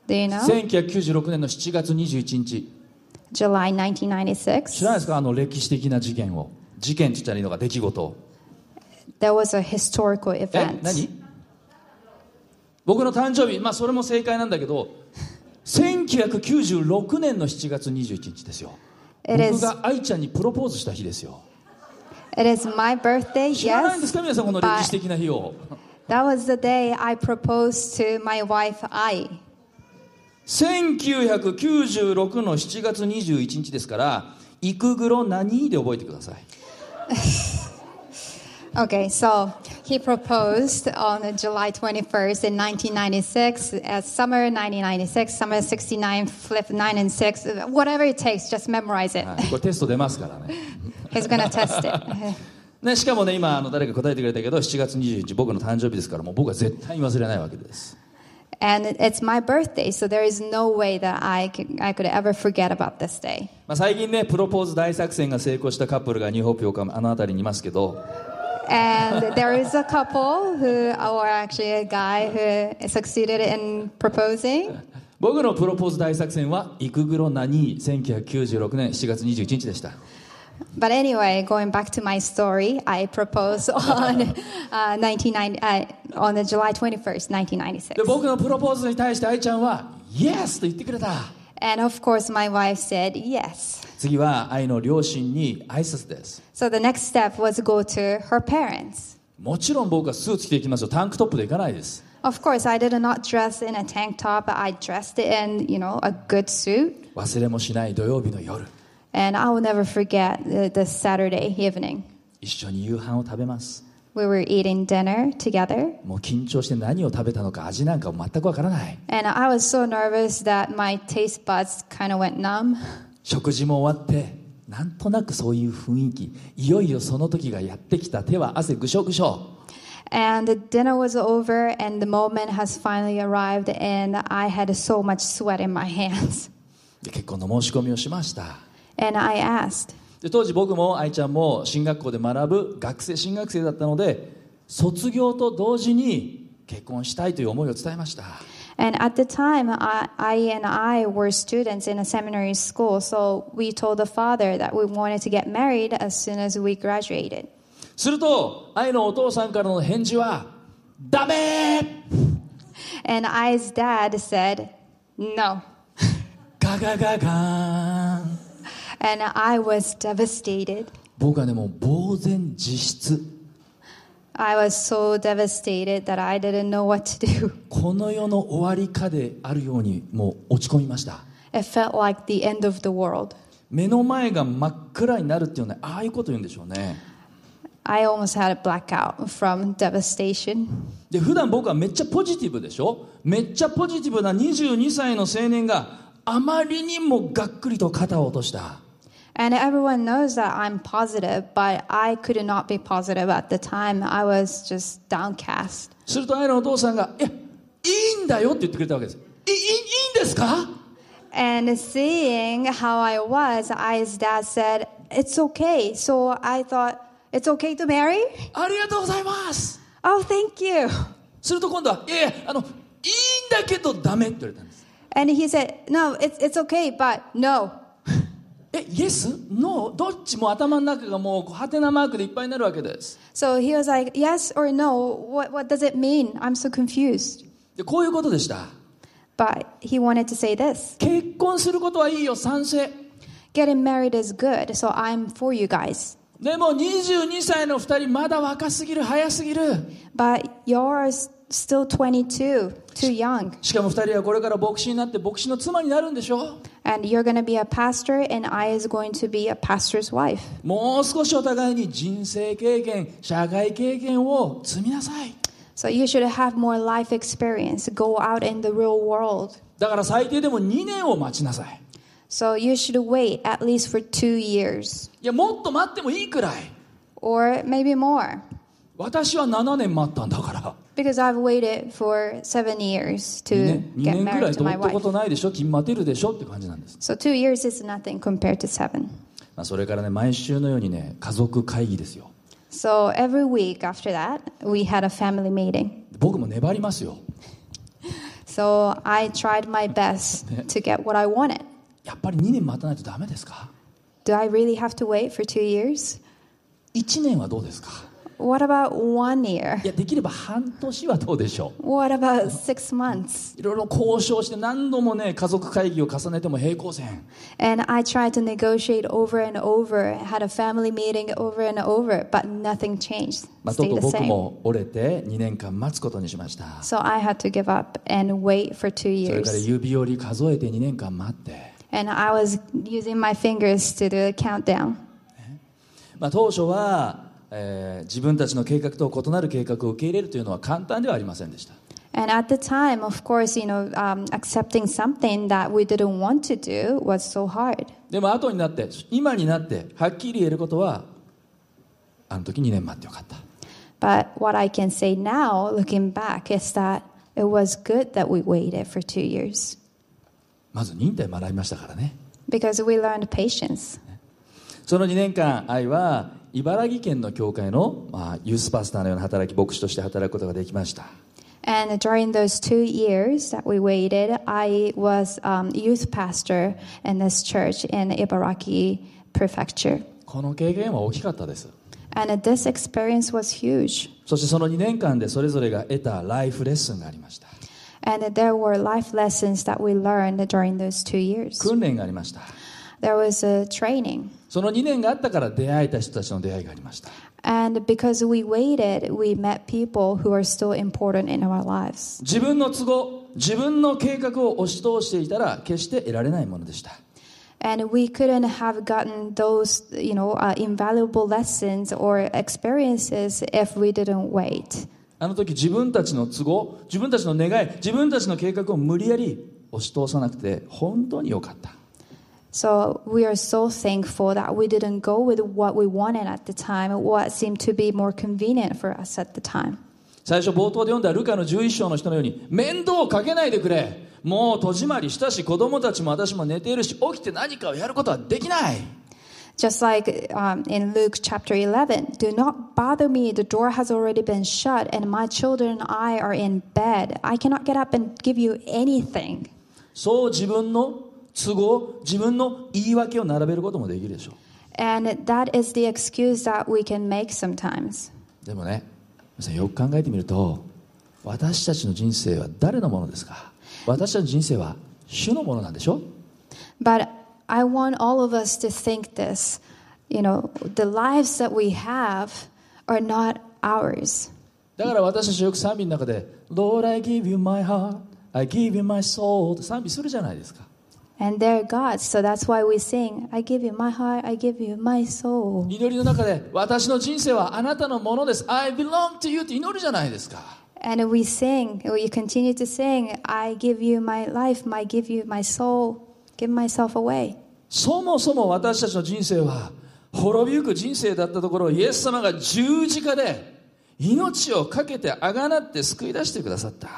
Speaker 2: Do you know?
Speaker 1: 1996年の7月21日
Speaker 2: July
Speaker 1: 知
Speaker 2: 1996.
Speaker 1: らないですかあの歴史的な事件を事件って言ったらいいのか出来事を
Speaker 2: There was a historical
Speaker 1: え
Speaker 2: event.
Speaker 1: 何僕の誕生日まあそれも正解なんだけど1996年の7月21日ですよ
Speaker 2: It
Speaker 1: 僕
Speaker 2: is
Speaker 1: が愛ちゃんにプロポーズした日ですよ
Speaker 2: it is my birthday.
Speaker 1: 知らないんで
Speaker 2: Yes.
Speaker 1: すか皆さんこの
Speaker 2: but
Speaker 1: 歴史的な日を
Speaker 2: that was the day I proposed to my wife I.
Speaker 1: 1996の7月21日ですから「イクグロ何?」で覚えてください
Speaker 2: Okay, so he proposed on July 21st in 1996, as summer 1996, summer 69, flip 9 and 6, whatever it takes, just memorize it.
Speaker 1: はい、これテスト出ますからね
Speaker 2: He's gonna test it.
Speaker 1: ねしかもね今あの誰か答えてくれたけど7月21日僕の誕生日ですからもう僕は絶対に忘れないわけです
Speaker 2: And it's my birthday, so there is no way that I could, I could ever forget about this day.
Speaker 1: まあ、最近ねプロポーズ大作戦が成功したカップルがニューホープ横浜あの辺りにいますけど
Speaker 2: And there is a couple who, or actually a guy who succeeded in proposing.
Speaker 1: 僕のプロポーズ大作戦は「イクグロ何?」1996年7月21日でした
Speaker 2: But anyway, going back to my story, I proposed on uh, 1990, uh, on the July 21st, 1996.
Speaker 1: で僕のプロポーズに対して愛ちゃんは「イエス!」と言ってくれた
Speaker 2: And of course, my wife said yes.
Speaker 1: 次は愛の両親に挨拶です
Speaker 2: So the next step was to go to her parents.
Speaker 1: もちろん僕はスーツ着ていきますよタンクトップで行かないです
Speaker 2: Of course, I did not dress in a tank top. I dressed in, you know, a good suit.
Speaker 1: 忘れもしない土曜日の夜
Speaker 2: And I will never forget uh, this Saturday evening.
Speaker 1: 一緒に夕飯を食べます
Speaker 2: We were eating dinner together.
Speaker 1: もう緊張して何を食べたのか味なんかも全くわからない
Speaker 2: And I was so nervous that my taste buds kind of went numb.
Speaker 1: 食事も終わってなんとなくそういう雰囲気いよいよその時がやってきた手は汗ぐしょぐしょ
Speaker 2: And the dinner was over, and the moment has finally arrived, and I had so much sweat in my hands.
Speaker 1: で結婚の申し込みをしました
Speaker 2: And I asked.
Speaker 1: で当時僕も愛ちゃんも進学校で学ぶ学生進学生だったので卒業と同時に結婚したいという思いを伝えました
Speaker 2: And at the time, I, I and I were students in a seminary school, so we told the father that we wanted to get married as soon as we graduated.
Speaker 1: すると愛のお父さんからの返事は「ダメ
Speaker 2: And I's dad said, No.
Speaker 1: ガガガガーン
Speaker 2: And I was devastated.
Speaker 1: 僕はねもう呆然自失
Speaker 2: I was so devastated that I didn't know what to do.
Speaker 1: この世の終わりかであるようにもう落ち込みました
Speaker 2: It felt like the end of the world.
Speaker 1: 目の前が真っ暗になるっていうのはああいうこと言うんでしょうね
Speaker 2: I almost had a blackout from devastation.
Speaker 1: で普段僕はめっちゃポジティブでしょめっちゃポジティブな22歳の青年があまりにもがっくりと肩を落とした
Speaker 2: And everyone knows that I'm positive, but I could not be positive at the time. I was just downcast.
Speaker 1: すると愛のお父さんが「いやいいんだよ」って言ってくれたわけです「いいいいいんですか?」
Speaker 2: And seeing how I was, I's dad said, It's okay. So I thought, It's okay to marry?
Speaker 1: ありがとうございます
Speaker 2: Oh, thank you.
Speaker 1: すると今度は「いやいやあのいいんだけどダメ」って言われたんです
Speaker 2: And he said, No, it's, it's okay, but no.
Speaker 1: えイエスノーどっちも頭の中がもうハテナマークでいっぱいになるわけです
Speaker 2: So he was like, Yes or no? What, what does it mean? I'm so confused.
Speaker 1: でこういうことでした
Speaker 2: But he wanted to say this.
Speaker 1: 結婚することはいいよ賛成
Speaker 2: Getting married is good, so I'm for you guys.
Speaker 1: でも22歳の2人まだ若すぎる早すぎる
Speaker 2: But yours still 22, too young.
Speaker 1: しかも2人はこれから牧師になって牧師の妻になるんでしょ
Speaker 2: And you're going to be a pastor, and I is going to be a pastor's wife.
Speaker 1: もう少しお互いに人生経験社会経験を積みなさい
Speaker 2: So you should have more life experience. Go out in the real world.
Speaker 1: だから最低でも2年を待ちなさい
Speaker 2: So you should wait at least for two years
Speaker 1: いやもっと待ってもいいくらい
Speaker 2: or maybe more.
Speaker 1: 私は7年待ったんだから
Speaker 2: Because I've waited for seven years
Speaker 1: 2
Speaker 2: to
Speaker 1: 年 ,2
Speaker 2: get
Speaker 1: 年くら
Speaker 2: married
Speaker 1: い
Speaker 2: to
Speaker 1: と
Speaker 2: my
Speaker 1: ったこ
Speaker 2: wife.
Speaker 1: とないでしょ金待てるでしょって感じなんです
Speaker 2: So two years is nothing compared to seven.
Speaker 1: まあそれからね毎週のようにね家族会議ですよ
Speaker 2: So every week after that, we had a family meeting.
Speaker 1: 僕も粘りますよ
Speaker 2: So I tried my best to get what I wanted.
Speaker 1: やっぱり2年待たないとダメですか
Speaker 2: Do I really have to wait for two years?
Speaker 1: 1年はどうですか
Speaker 2: What about one year?
Speaker 1: いやできれば半年はどうでしょ
Speaker 2: What about six months?
Speaker 1: ういろいろ交渉して何度もね家族会議を重ねても平行線
Speaker 2: And I tried to negotiate over and over, had a family meeting over and over, but nothing changed.
Speaker 1: まあ、とう
Speaker 2: Stayed
Speaker 1: とう
Speaker 2: the
Speaker 1: 僕
Speaker 2: same.
Speaker 1: も折れて2年間待つことにしましたそ
Speaker 2: So I had to give up and wait for two
Speaker 1: れから
Speaker 2: years.
Speaker 1: 指折り数えて2年間待って、
Speaker 2: And I was using my fingers to do a countdown.
Speaker 1: まあ、当初は、えー自分たちの計画と異なる計画を受け入れるというのは簡単ではありませんでした
Speaker 2: And at the time, of course, you know, um, accepting something that we didn't want to do was so hard.
Speaker 1: でも後になって今になってはっきり言えることはあの時2年待ってよかった
Speaker 2: But what I can say now, looking back, is that it was good that we waited for two years
Speaker 1: まず忍耐学びましたからね
Speaker 2: because we learned patience.
Speaker 1: その2年間愛は茨城県の教会の、まあ、ユースパスターのような働き牧師として働くことができました
Speaker 2: And during those two years that we waited, I was um, youth pastor in this church in Ibaraki Prefecture.
Speaker 1: この経験は大きかったです
Speaker 2: And this experience was huge.
Speaker 1: そしてその2年間でそれぞれが得たライフレッスンがありました
Speaker 2: And there were life lessons that we learned during those two years.
Speaker 1: 訓練がありました
Speaker 2: There was a training.
Speaker 1: その2年があったから出会えた人たちの出会いがありました
Speaker 2: And because we waited, we met people who are still important in our lives.
Speaker 1: 自分の都合自分の計画を押し通していたら決して得られないものでした
Speaker 2: And we couldn't have gotten those, you know, uh, invaluable lessons or experiences if we didn't wait.
Speaker 1: あの時自分たちの都合自分たちの願い自分たちの計画を無理やり押し通さなくて本当に良かった
Speaker 2: So we are so thankful that we didn't go with what we wanted at the time, what seemed to be more convenient for us at the time.
Speaker 1: 最初冒頭で読んだルカの11章の人のように面倒をかけないでくれもう戸締まりしたし子供たちも私も寝ているし起きて何かをやることはできない
Speaker 2: Just like um, in Luke chapter 11, do not bother me. The door has already been shut, and my children and I are in bed. I cannot get up and give you anything.
Speaker 1: そう自分の都合自分の言い訳を並べることもできるでしょ
Speaker 2: And that is the excuse that we can make sometimes.
Speaker 1: うでもね皆さんよく考えてみると私たちの人生は誰のものですか私たちの人生は主のものなんでしょ
Speaker 2: But I want all of us to think this you know, the lives that we have are not ours.
Speaker 1: だから私たちよく賛美の中で「Lord I give you my heart I give you my soul」って賛美するじゃないですか
Speaker 2: And they're God's. So that's why we sing, I give you my heart, I give you my soul.
Speaker 1: 祈りの中で「私の人生はあなたのものです I belong to you」って祈るじゃないですか
Speaker 2: And we sing, we continue to sing, I give you my life, I give you my soul, give myself away.
Speaker 1: そもそも私たちの人生は滅びゆく人生だったところをイエス様が十字架で命を懸けてあがなって救い出してくださった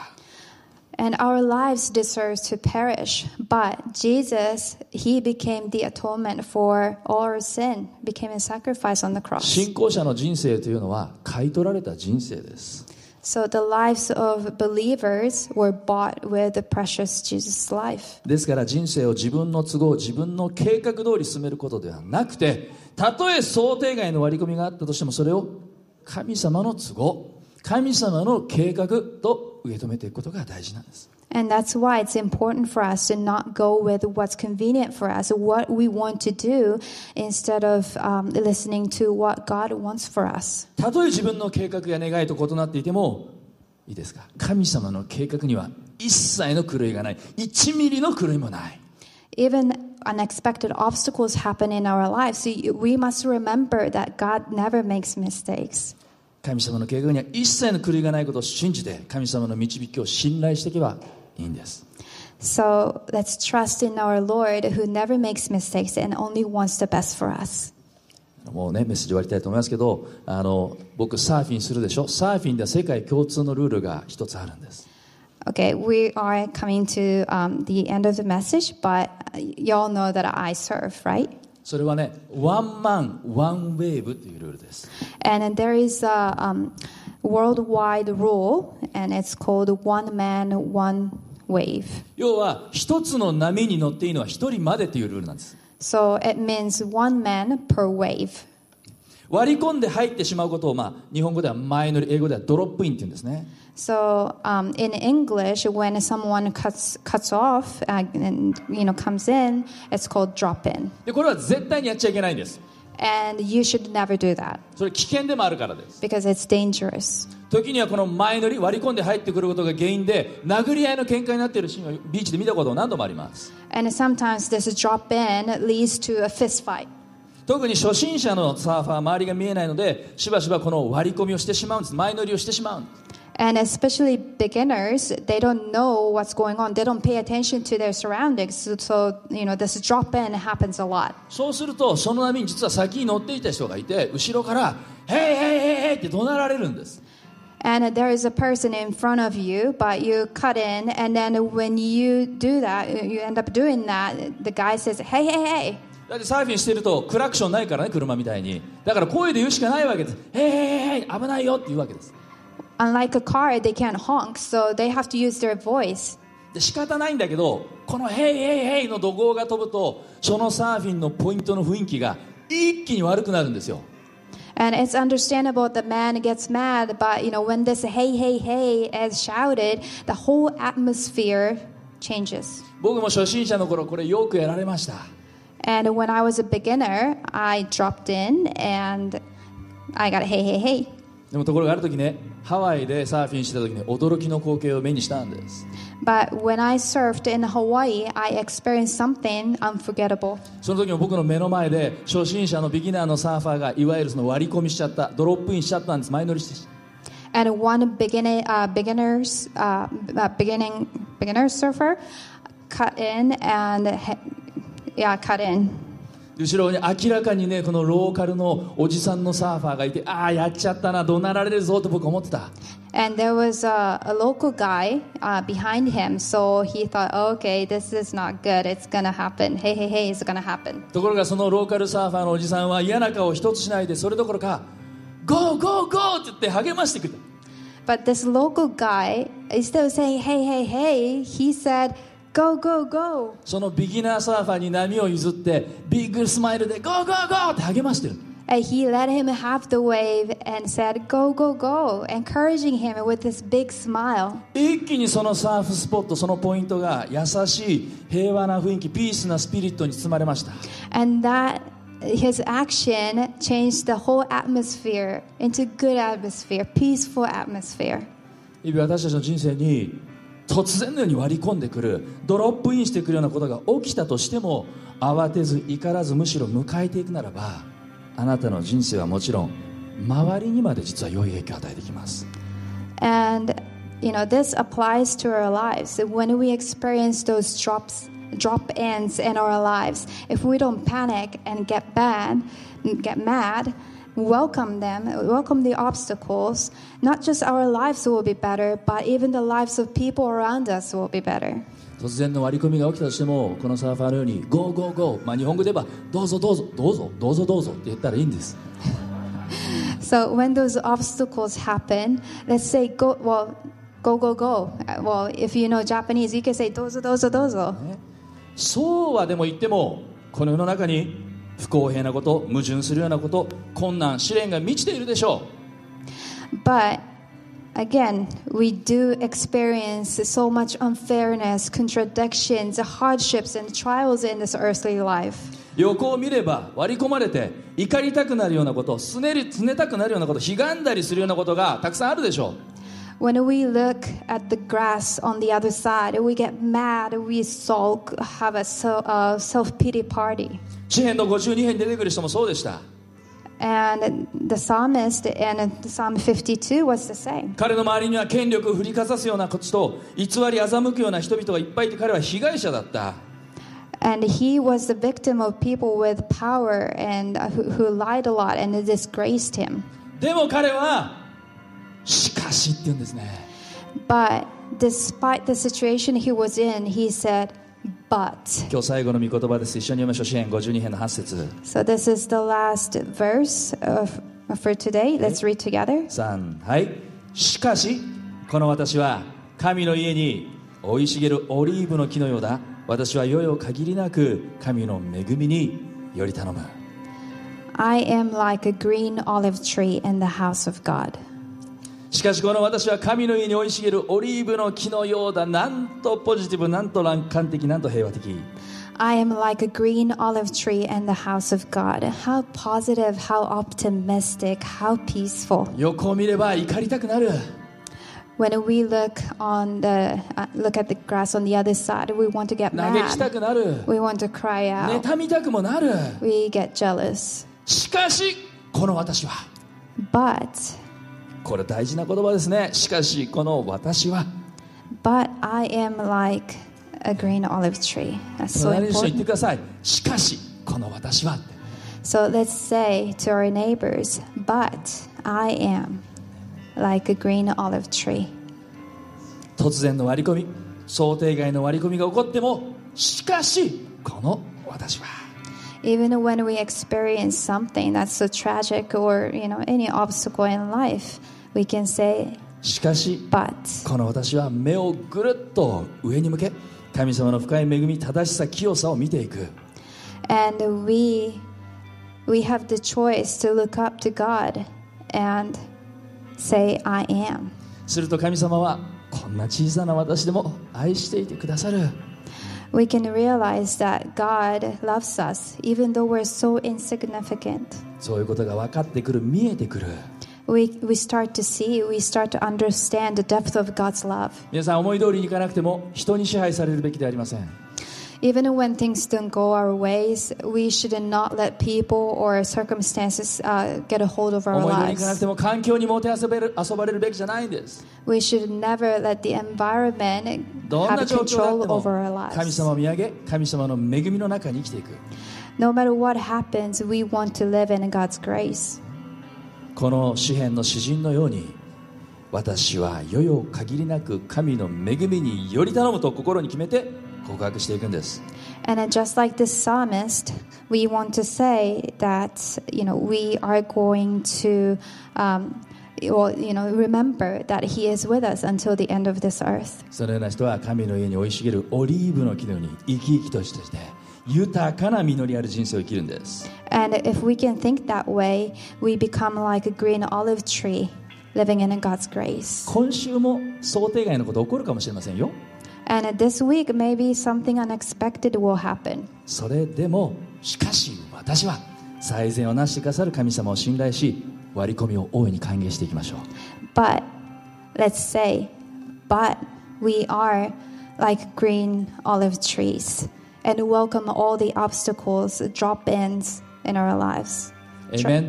Speaker 2: And our lives deserve to perish, but Jesus, he became the atonement for all our sin, became a sacrifice on the cross.
Speaker 1: 信仰者の人生というのは買い取られた人生です
Speaker 2: So the lives of believers were bought with the precious Jesus' life.
Speaker 1: ですから人生を自分の都合自分の計画通り進めることではなくてたとえ想定外の割り込みがあったとしてもそれを神様の都合神様の計画と受け止めていくことが大事なんです
Speaker 2: And that's why it's important for us to not go with what's convenient for us, what we want to do, instead of um, listening to what God wants for us.
Speaker 1: たとえ自分の計画や願いと異なっていてもいいですか神様の計画には一切の狂いがない1ミリの狂いもない
Speaker 2: Even unexpected obstacles happen in our lives. So you- we must remember that God never makes mistakes.
Speaker 1: 神様の計画には一切の狂いがないことを信じて神様の導きを信頼していけばいいんです
Speaker 2: So let's trust in our Lord who never makes mistakes and only wants the best for us.
Speaker 1: もうねメッセージ終わりたいと思いますけどあの僕サーフィンするでしょサーフィンでは世界共通のルールが一つあるんです
Speaker 2: Okay, we are coming to um, the end of the message, but uh, y'all know that I surf, right?
Speaker 1: それはねワンマンワンウェーブというルールです
Speaker 2: And then there is a um, worldwide rule, and it's called one man, one wave.
Speaker 1: 要は一つの波に乗っていいのは一人までというルールなんです
Speaker 2: So it means one man per wave.
Speaker 1: 割り込んで入ってしまうことを、まあ、日本語では前乗り英語ではドロップインって言うんですね
Speaker 2: So um, in English, when someone cuts cuts off uh, and you know comes in, it's called drop in,
Speaker 1: でこれは絶対にやっちゃいけないんです
Speaker 2: and you should never do that
Speaker 1: それ危険でもあるからです
Speaker 2: because it's dangerous.
Speaker 1: 時にはこの前乗り割り込んで入ってくることが原因で殴り合いの喧嘩になっているシーンをビーチで見たことが何度もあります
Speaker 2: And sometimes this drop in leads to a fist fight.
Speaker 1: 特に初心者のサーファー周りが見えないのでしばしばこの割り込みをしてしまうんです前乗りをしてしまうんです
Speaker 2: And especially beginners, they don't know what's going on. They don't pay attention to their surroundings. So, so you know, this drop in happens a lot.
Speaker 1: そうするとその波に実は先に乗っていた人がいて後ろから「ヘイヘイヘイヘイ!」って怒鳴られるんです
Speaker 2: And there is a person in front of you, but you cut in, and then when you do that, you end up doing that. The guy says, "Hey, hey, hey!"
Speaker 1: だってサーフィンしてるとクラクションないからね車みたいにだから声で言うしかないわけです「ヘイヘイヘイヘイ危ないよ」って言うわけです
Speaker 2: Unlike a car, they can't honk, so they have to use their voice.
Speaker 1: で仕方ないんだけどこの「ヘイヘイヘイ」の怒号が飛ぶとそのサーフィンのポイントの雰囲気が一気に悪くなるんですよ
Speaker 2: And it's understandable the man gets mad, but you know when this "Hey, hey, hey" is shouted, the whole atmosphere changes.
Speaker 1: 僕も初心者の頃これよくやられました
Speaker 2: And when I was a beginner, I dropped in and I got "Hey, hey, hey."
Speaker 1: でもところがある時ねハワイでサーフィンしてた時に驚きの光景を目にしたんです
Speaker 2: But when I surfed in Hawaii, I experienced something unforgettable.
Speaker 1: その時も僕の目の前で初心者のビギナーのサーファーがいわゆるその割り込みしちゃったドロップインしちゃったんです前乗りして
Speaker 2: And one beginner, uh, beginners, uh, uh, beginning beginner surfer, cut in and he- yeah, cut in.
Speaker 1: 後ろに明らかにねこのローカルのおじさんのサーファーがいてああやっちゃったな怒鳴られるぞと僕思ってた
Speaker 2: And there was a, a local guy uh, behind him, so he thought, "Oh, okay, this is not good. It's gonna happen. Hey, hey, hey, it's gonna happen.
Speaker 1: ところがそのローカルサーファーのおじさんは嫌な顔一つしないでそれどころか「ゴーゴーゴー!」って言って励ましてくれた
Speaker 2: But this local guy, instead of saying, hey, hey, hey, he said, go, go, go.
Speaker 1: そのビギナーサーファーに波を譲ってビッグスマイルで「ゴーゴーゴー!」って励ましてる
Speaker 2: And he let him have the wave and said, Go, go, go, encouraging him with this big smile.
Speaker 1: 一気にそのサーフスポットそのポイントが優しい平和な雰囲気ピースなスピリットに包まれました
Speaker 2: And that his action changed the whole atmosphere into good atmosphere, peaceful atmosphere.
Speaker 1: 日々私たちの人生に突然のように割り込んでくるドロップインしてくるようなことが起きたとしても慌てず怒らずむしろ迎えていくならばあなたの人生はもちろん周りにまで実は良い影響を与えてきます
Speaker 2: And you know, this applies to our lives. When we experience those drops drop ins in our lives, if we don't panic and get bad get mad, welcome them, welcome the obstacles, not just our lives will be better, but even the lives of people around us will be better.
Speaker 1: 突然の割り込みが起きたとしてもこのサーファーのように「ゴーゴーゴー」まあ、日本語で言えば「どうぞどうぞどうぞどうぞどうぞ」って言ったらいいんです
Speaker 2: So when those obstacles happen, let's say go well go go go. Uh, Well, if you know Japanese, you can say dozo dozo dozo.
Speaker 1: そうはでも言ってもこの世の中に不公平なこと矛盾するようなこと困難試練が満ちているでしょう
Speaker 2: But again, we do experience so much unfairness, contradictions, hardships, and trials in this earthly life.
Speaker 1: 横を見れば割り込まれて怒りたくなるようなことすねりつねたくなるようなことひがんだりするようなことがたくさんあるでしょう
Speaker 2: When we look at the grass on the other side, we get mad, we sulk, have a so, uh, self pity party.
Speaker 1: 詩編の52編に出てくる人もそうでした
Speaker 2: And the psalmist in Psalm 52 was the same.
Speaker 1: 彼の周りには権力を振りかざすようなことと偽り欺くような人々がいっぱいいて彼は被害者だった
Speaker 2: And he was the victim of people with power and uh, who, who lied a lot and disgraced him.
Speaker 1: でも彼はしかしって言うんですね
Speaker 2: But despite the situation he was in, he said, But.
Speaker 1: 今日最後の御言葉です一緒に読みましょう詩編52編の8節
Speaker 2: So this is the last verse of, for today. Let's read together.
Speaker 1: 3はいしかしこの私は神の家に生い茂るオリーブの木のようだ私は世よ限りなく神の恵みにより頼む
Speaker 2: I am like a green olive tree in the house of God.
Speaker 1: しかしこの私は神の家に生い茂るオリーブの木のようだなんとポジティブなんと楽観的なんと平和的
Speaker 2: I am like a green olive tree in the house of God. How positive, how optimistic, how peaceful.
Speaker 1: 横を見れば怒りたくなる
Speaker 2: When we look on the uh, look at the grass on the other side, we want to get
Speaker 1: 嘆きた
Speaker 2: mad.
Speaker 1: くなる
Speaker 2: We want to cry out.
Speaker 1: 妬みたくもなる
Speaker 2: We get jealous.
Speaker 1: しかしこの私は
Speaker 2: But
Speaker 1: これ大事な言葉ですねしかしこの私は
Speaker 2: but I am like a green olive tree. That's so
Speaker 1: 隣の人に言ってく
Speaker 2: important.
Speaker 1: ださいしかしこの私はって
Speaker 2: So let's say to our neighbors, but I am like a green olive tree.
Speaker 1: 突然の割り込み想定外の割り込みが起こってもしかしこの私は
Speaker 2: even when we experience something that's so tragic or you know any obstacle in life we can say
Speaker 1: しかし
Speaker 2: but
Speaker 1: この私は目をぐるっと上に向け神様の深い恵み正しさ清さを見ていく
Speaker 2: and we we have the choice to look up to god and say i am
Speaker 1: すると神様はこんな小さな私でも愛していてくださる
Speaker 2: we can realize that god loves us even though we're so insignificant
Speaker 1: そういうことが分かってくる見えてくる
Speaker 2: we, we start to see we start to understand the depth of god's love
Speaker 1: 皆さん思い通りにいかなくても人に支配されるべきではありません
Speaker 2: Even when things don't go our ways, we should not let people or circumstances uh, get a hold of our
Speaker 1: 思い通りにいかなく
Speaker 2: lives.
Speaker 1: ても環境にもてあそべる遊ばれるべきじゃないんです
Speaker 2: We should never let the environment
Speaker 1: どんな
Speaker 2: have
Speaker 1: 状況
Speaker 2: control
Speaker 1: であって
Speaker 2: over our
Speaker 1: も神
Speaker 2: lives.
Speaker 1: 様を見上げ神様の恵みの中に生きていく
Speaker 2: No matter what happens, we want to live in God's grace.
Speaker 1: この詩篇の詩人のように私は世よ限りなく神の恵みにより頼むと心に決めて告白していくんです
Speaker 2: And then just like this psalmist, we want to say that you know we are going to, um, well, you know, remember that He is with us until the end of this earth.
Speaker 1: そのような人は神の家に生い茂るオリーブの木のように生き生きとして豊かな実りある人生を生きるんです
Speaker 2: And if we can think that way, we become like a green olive tree living in God's grace.
Speaker 1: 今週も想定外のこと起こるかもしれませんよ
Speaker 2: And this week, maybe something unexpected will happen.
Speaker 1: それでもしかし私は最善をなしてくださる神様を信頼し割り込みを大いに歓迎していきましょう
Speaker 2: But let's say, but we are like green olive trees and welcome all the obstacles, drop ins in our lives.
Speaker 1: エイメン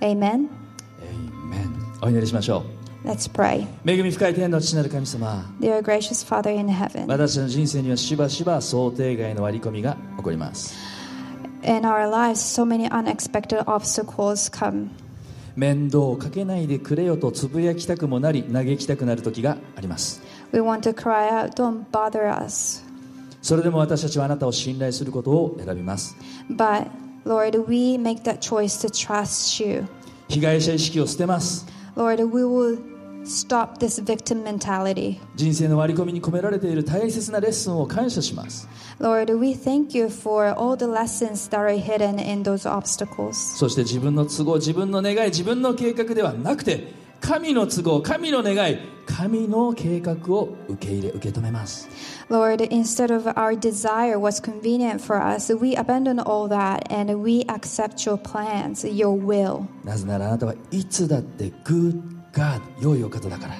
Speaker 2: Amen.
Speaker 1: エイメンお祈りしましょ
Speaker 2: Let's pray.
Speaker 1: う恵み深い天の父なる神様
Speaker 2: Dear gracious Father in heaven.
Speaker 1: 私たちの人生にはしばしば想定外の割り込みが起こります
Speaker 2: In our lives, so many unexpected obstacles come.
Speaker 1: 面倒をかけないでくれよとつぶやきたくもなり嘆きたくなる時があります
Speaker 2: We want to cry out, don't bother us.
Speaker 1: それでも私たちはあなたを信頼することを選びます
Speaker 2: But Lord, we make that choice to trust you.
Speaker 1: 被害者意識を捨てます
Speaker 2: Lord, we will stop this victim mentality.
Speaker 1: 人生の割り込みに込められている大切なレッスンを感謝します
Speaker 2: Lord, we thank you for all the lessons that are hidden in those obstacles.
Speaker 1: そして自分の都合、自分の願い、自分の計画ではなくて、神の都合、神の願い、神の計画を受け入れ、受け止めます。
Speaker 2: Lord, instead of our desire what's convenient for us, we abandon all that and we accept your plans, your will.
Speaker 1: なぜならあなたはいつだってグッ、ガー、良いお方だから。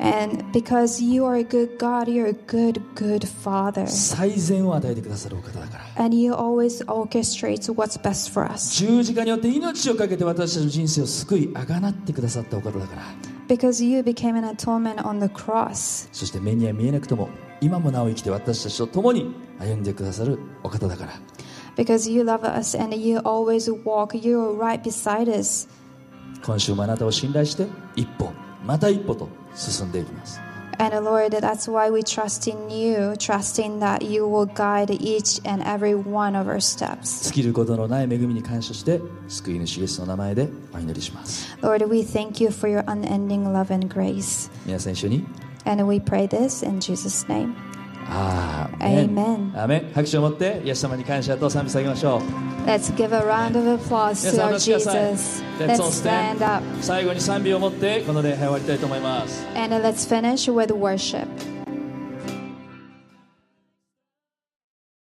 Speaker 2: And because you are a good God, you're a good, good Father.
Speaker 1: 最善を与えてくださるお方だから
Speaker 2: And you always orchestrate what's best for us.
Speaker 1: 十字架によって命を懸けて私たちの人生を救いあがなってくださったお方だから
Speaker 2: Because you became an atonement on the cross.
Speaker 1: そして目には見えなくとも今もなお生きて私たちと共に歩んでくださるお方だから
Speaker 2: Because you love us and you always walk, you are right beside us.
Speaker 1: 今週もあなたを信頼して一歩また一歩と進んでいきます
Speaker 2: And uh, Lord, that's why we trust in you, trusting that you will guide each and every one of our steps.
Speaker 1: 尽きることのない恵みに感謝して救い主イエスの名前でお祈りします
Speaker 2: Lord, we thank you for your unending love and grace.
Speaker 1: 皆さん一緒に
Speaker 2: And we pray this in Jesus' name.
Speaker 1: アーメン
Speaker 2: Amen
Speaker 1: アーメン拍手を持ってイエス様に感謝と賛美下げましょう
Speaker 2: Let's give a round of applause
Speaker 1: 皆さんお
Speaker 2: to our
Speaker 1: 立ちください
Speaker 2: Jesus.
Speaker 1: Let's
Speaker 2: Let's
Speaker 1: all
Speaker 2: stand
Speaker 1: stand
Speaker 2: up
Speaker 1: 最後に賛美を持ってこの礼拝を終わりたいと思います
Speaker 2: and uh, let's finish with worship.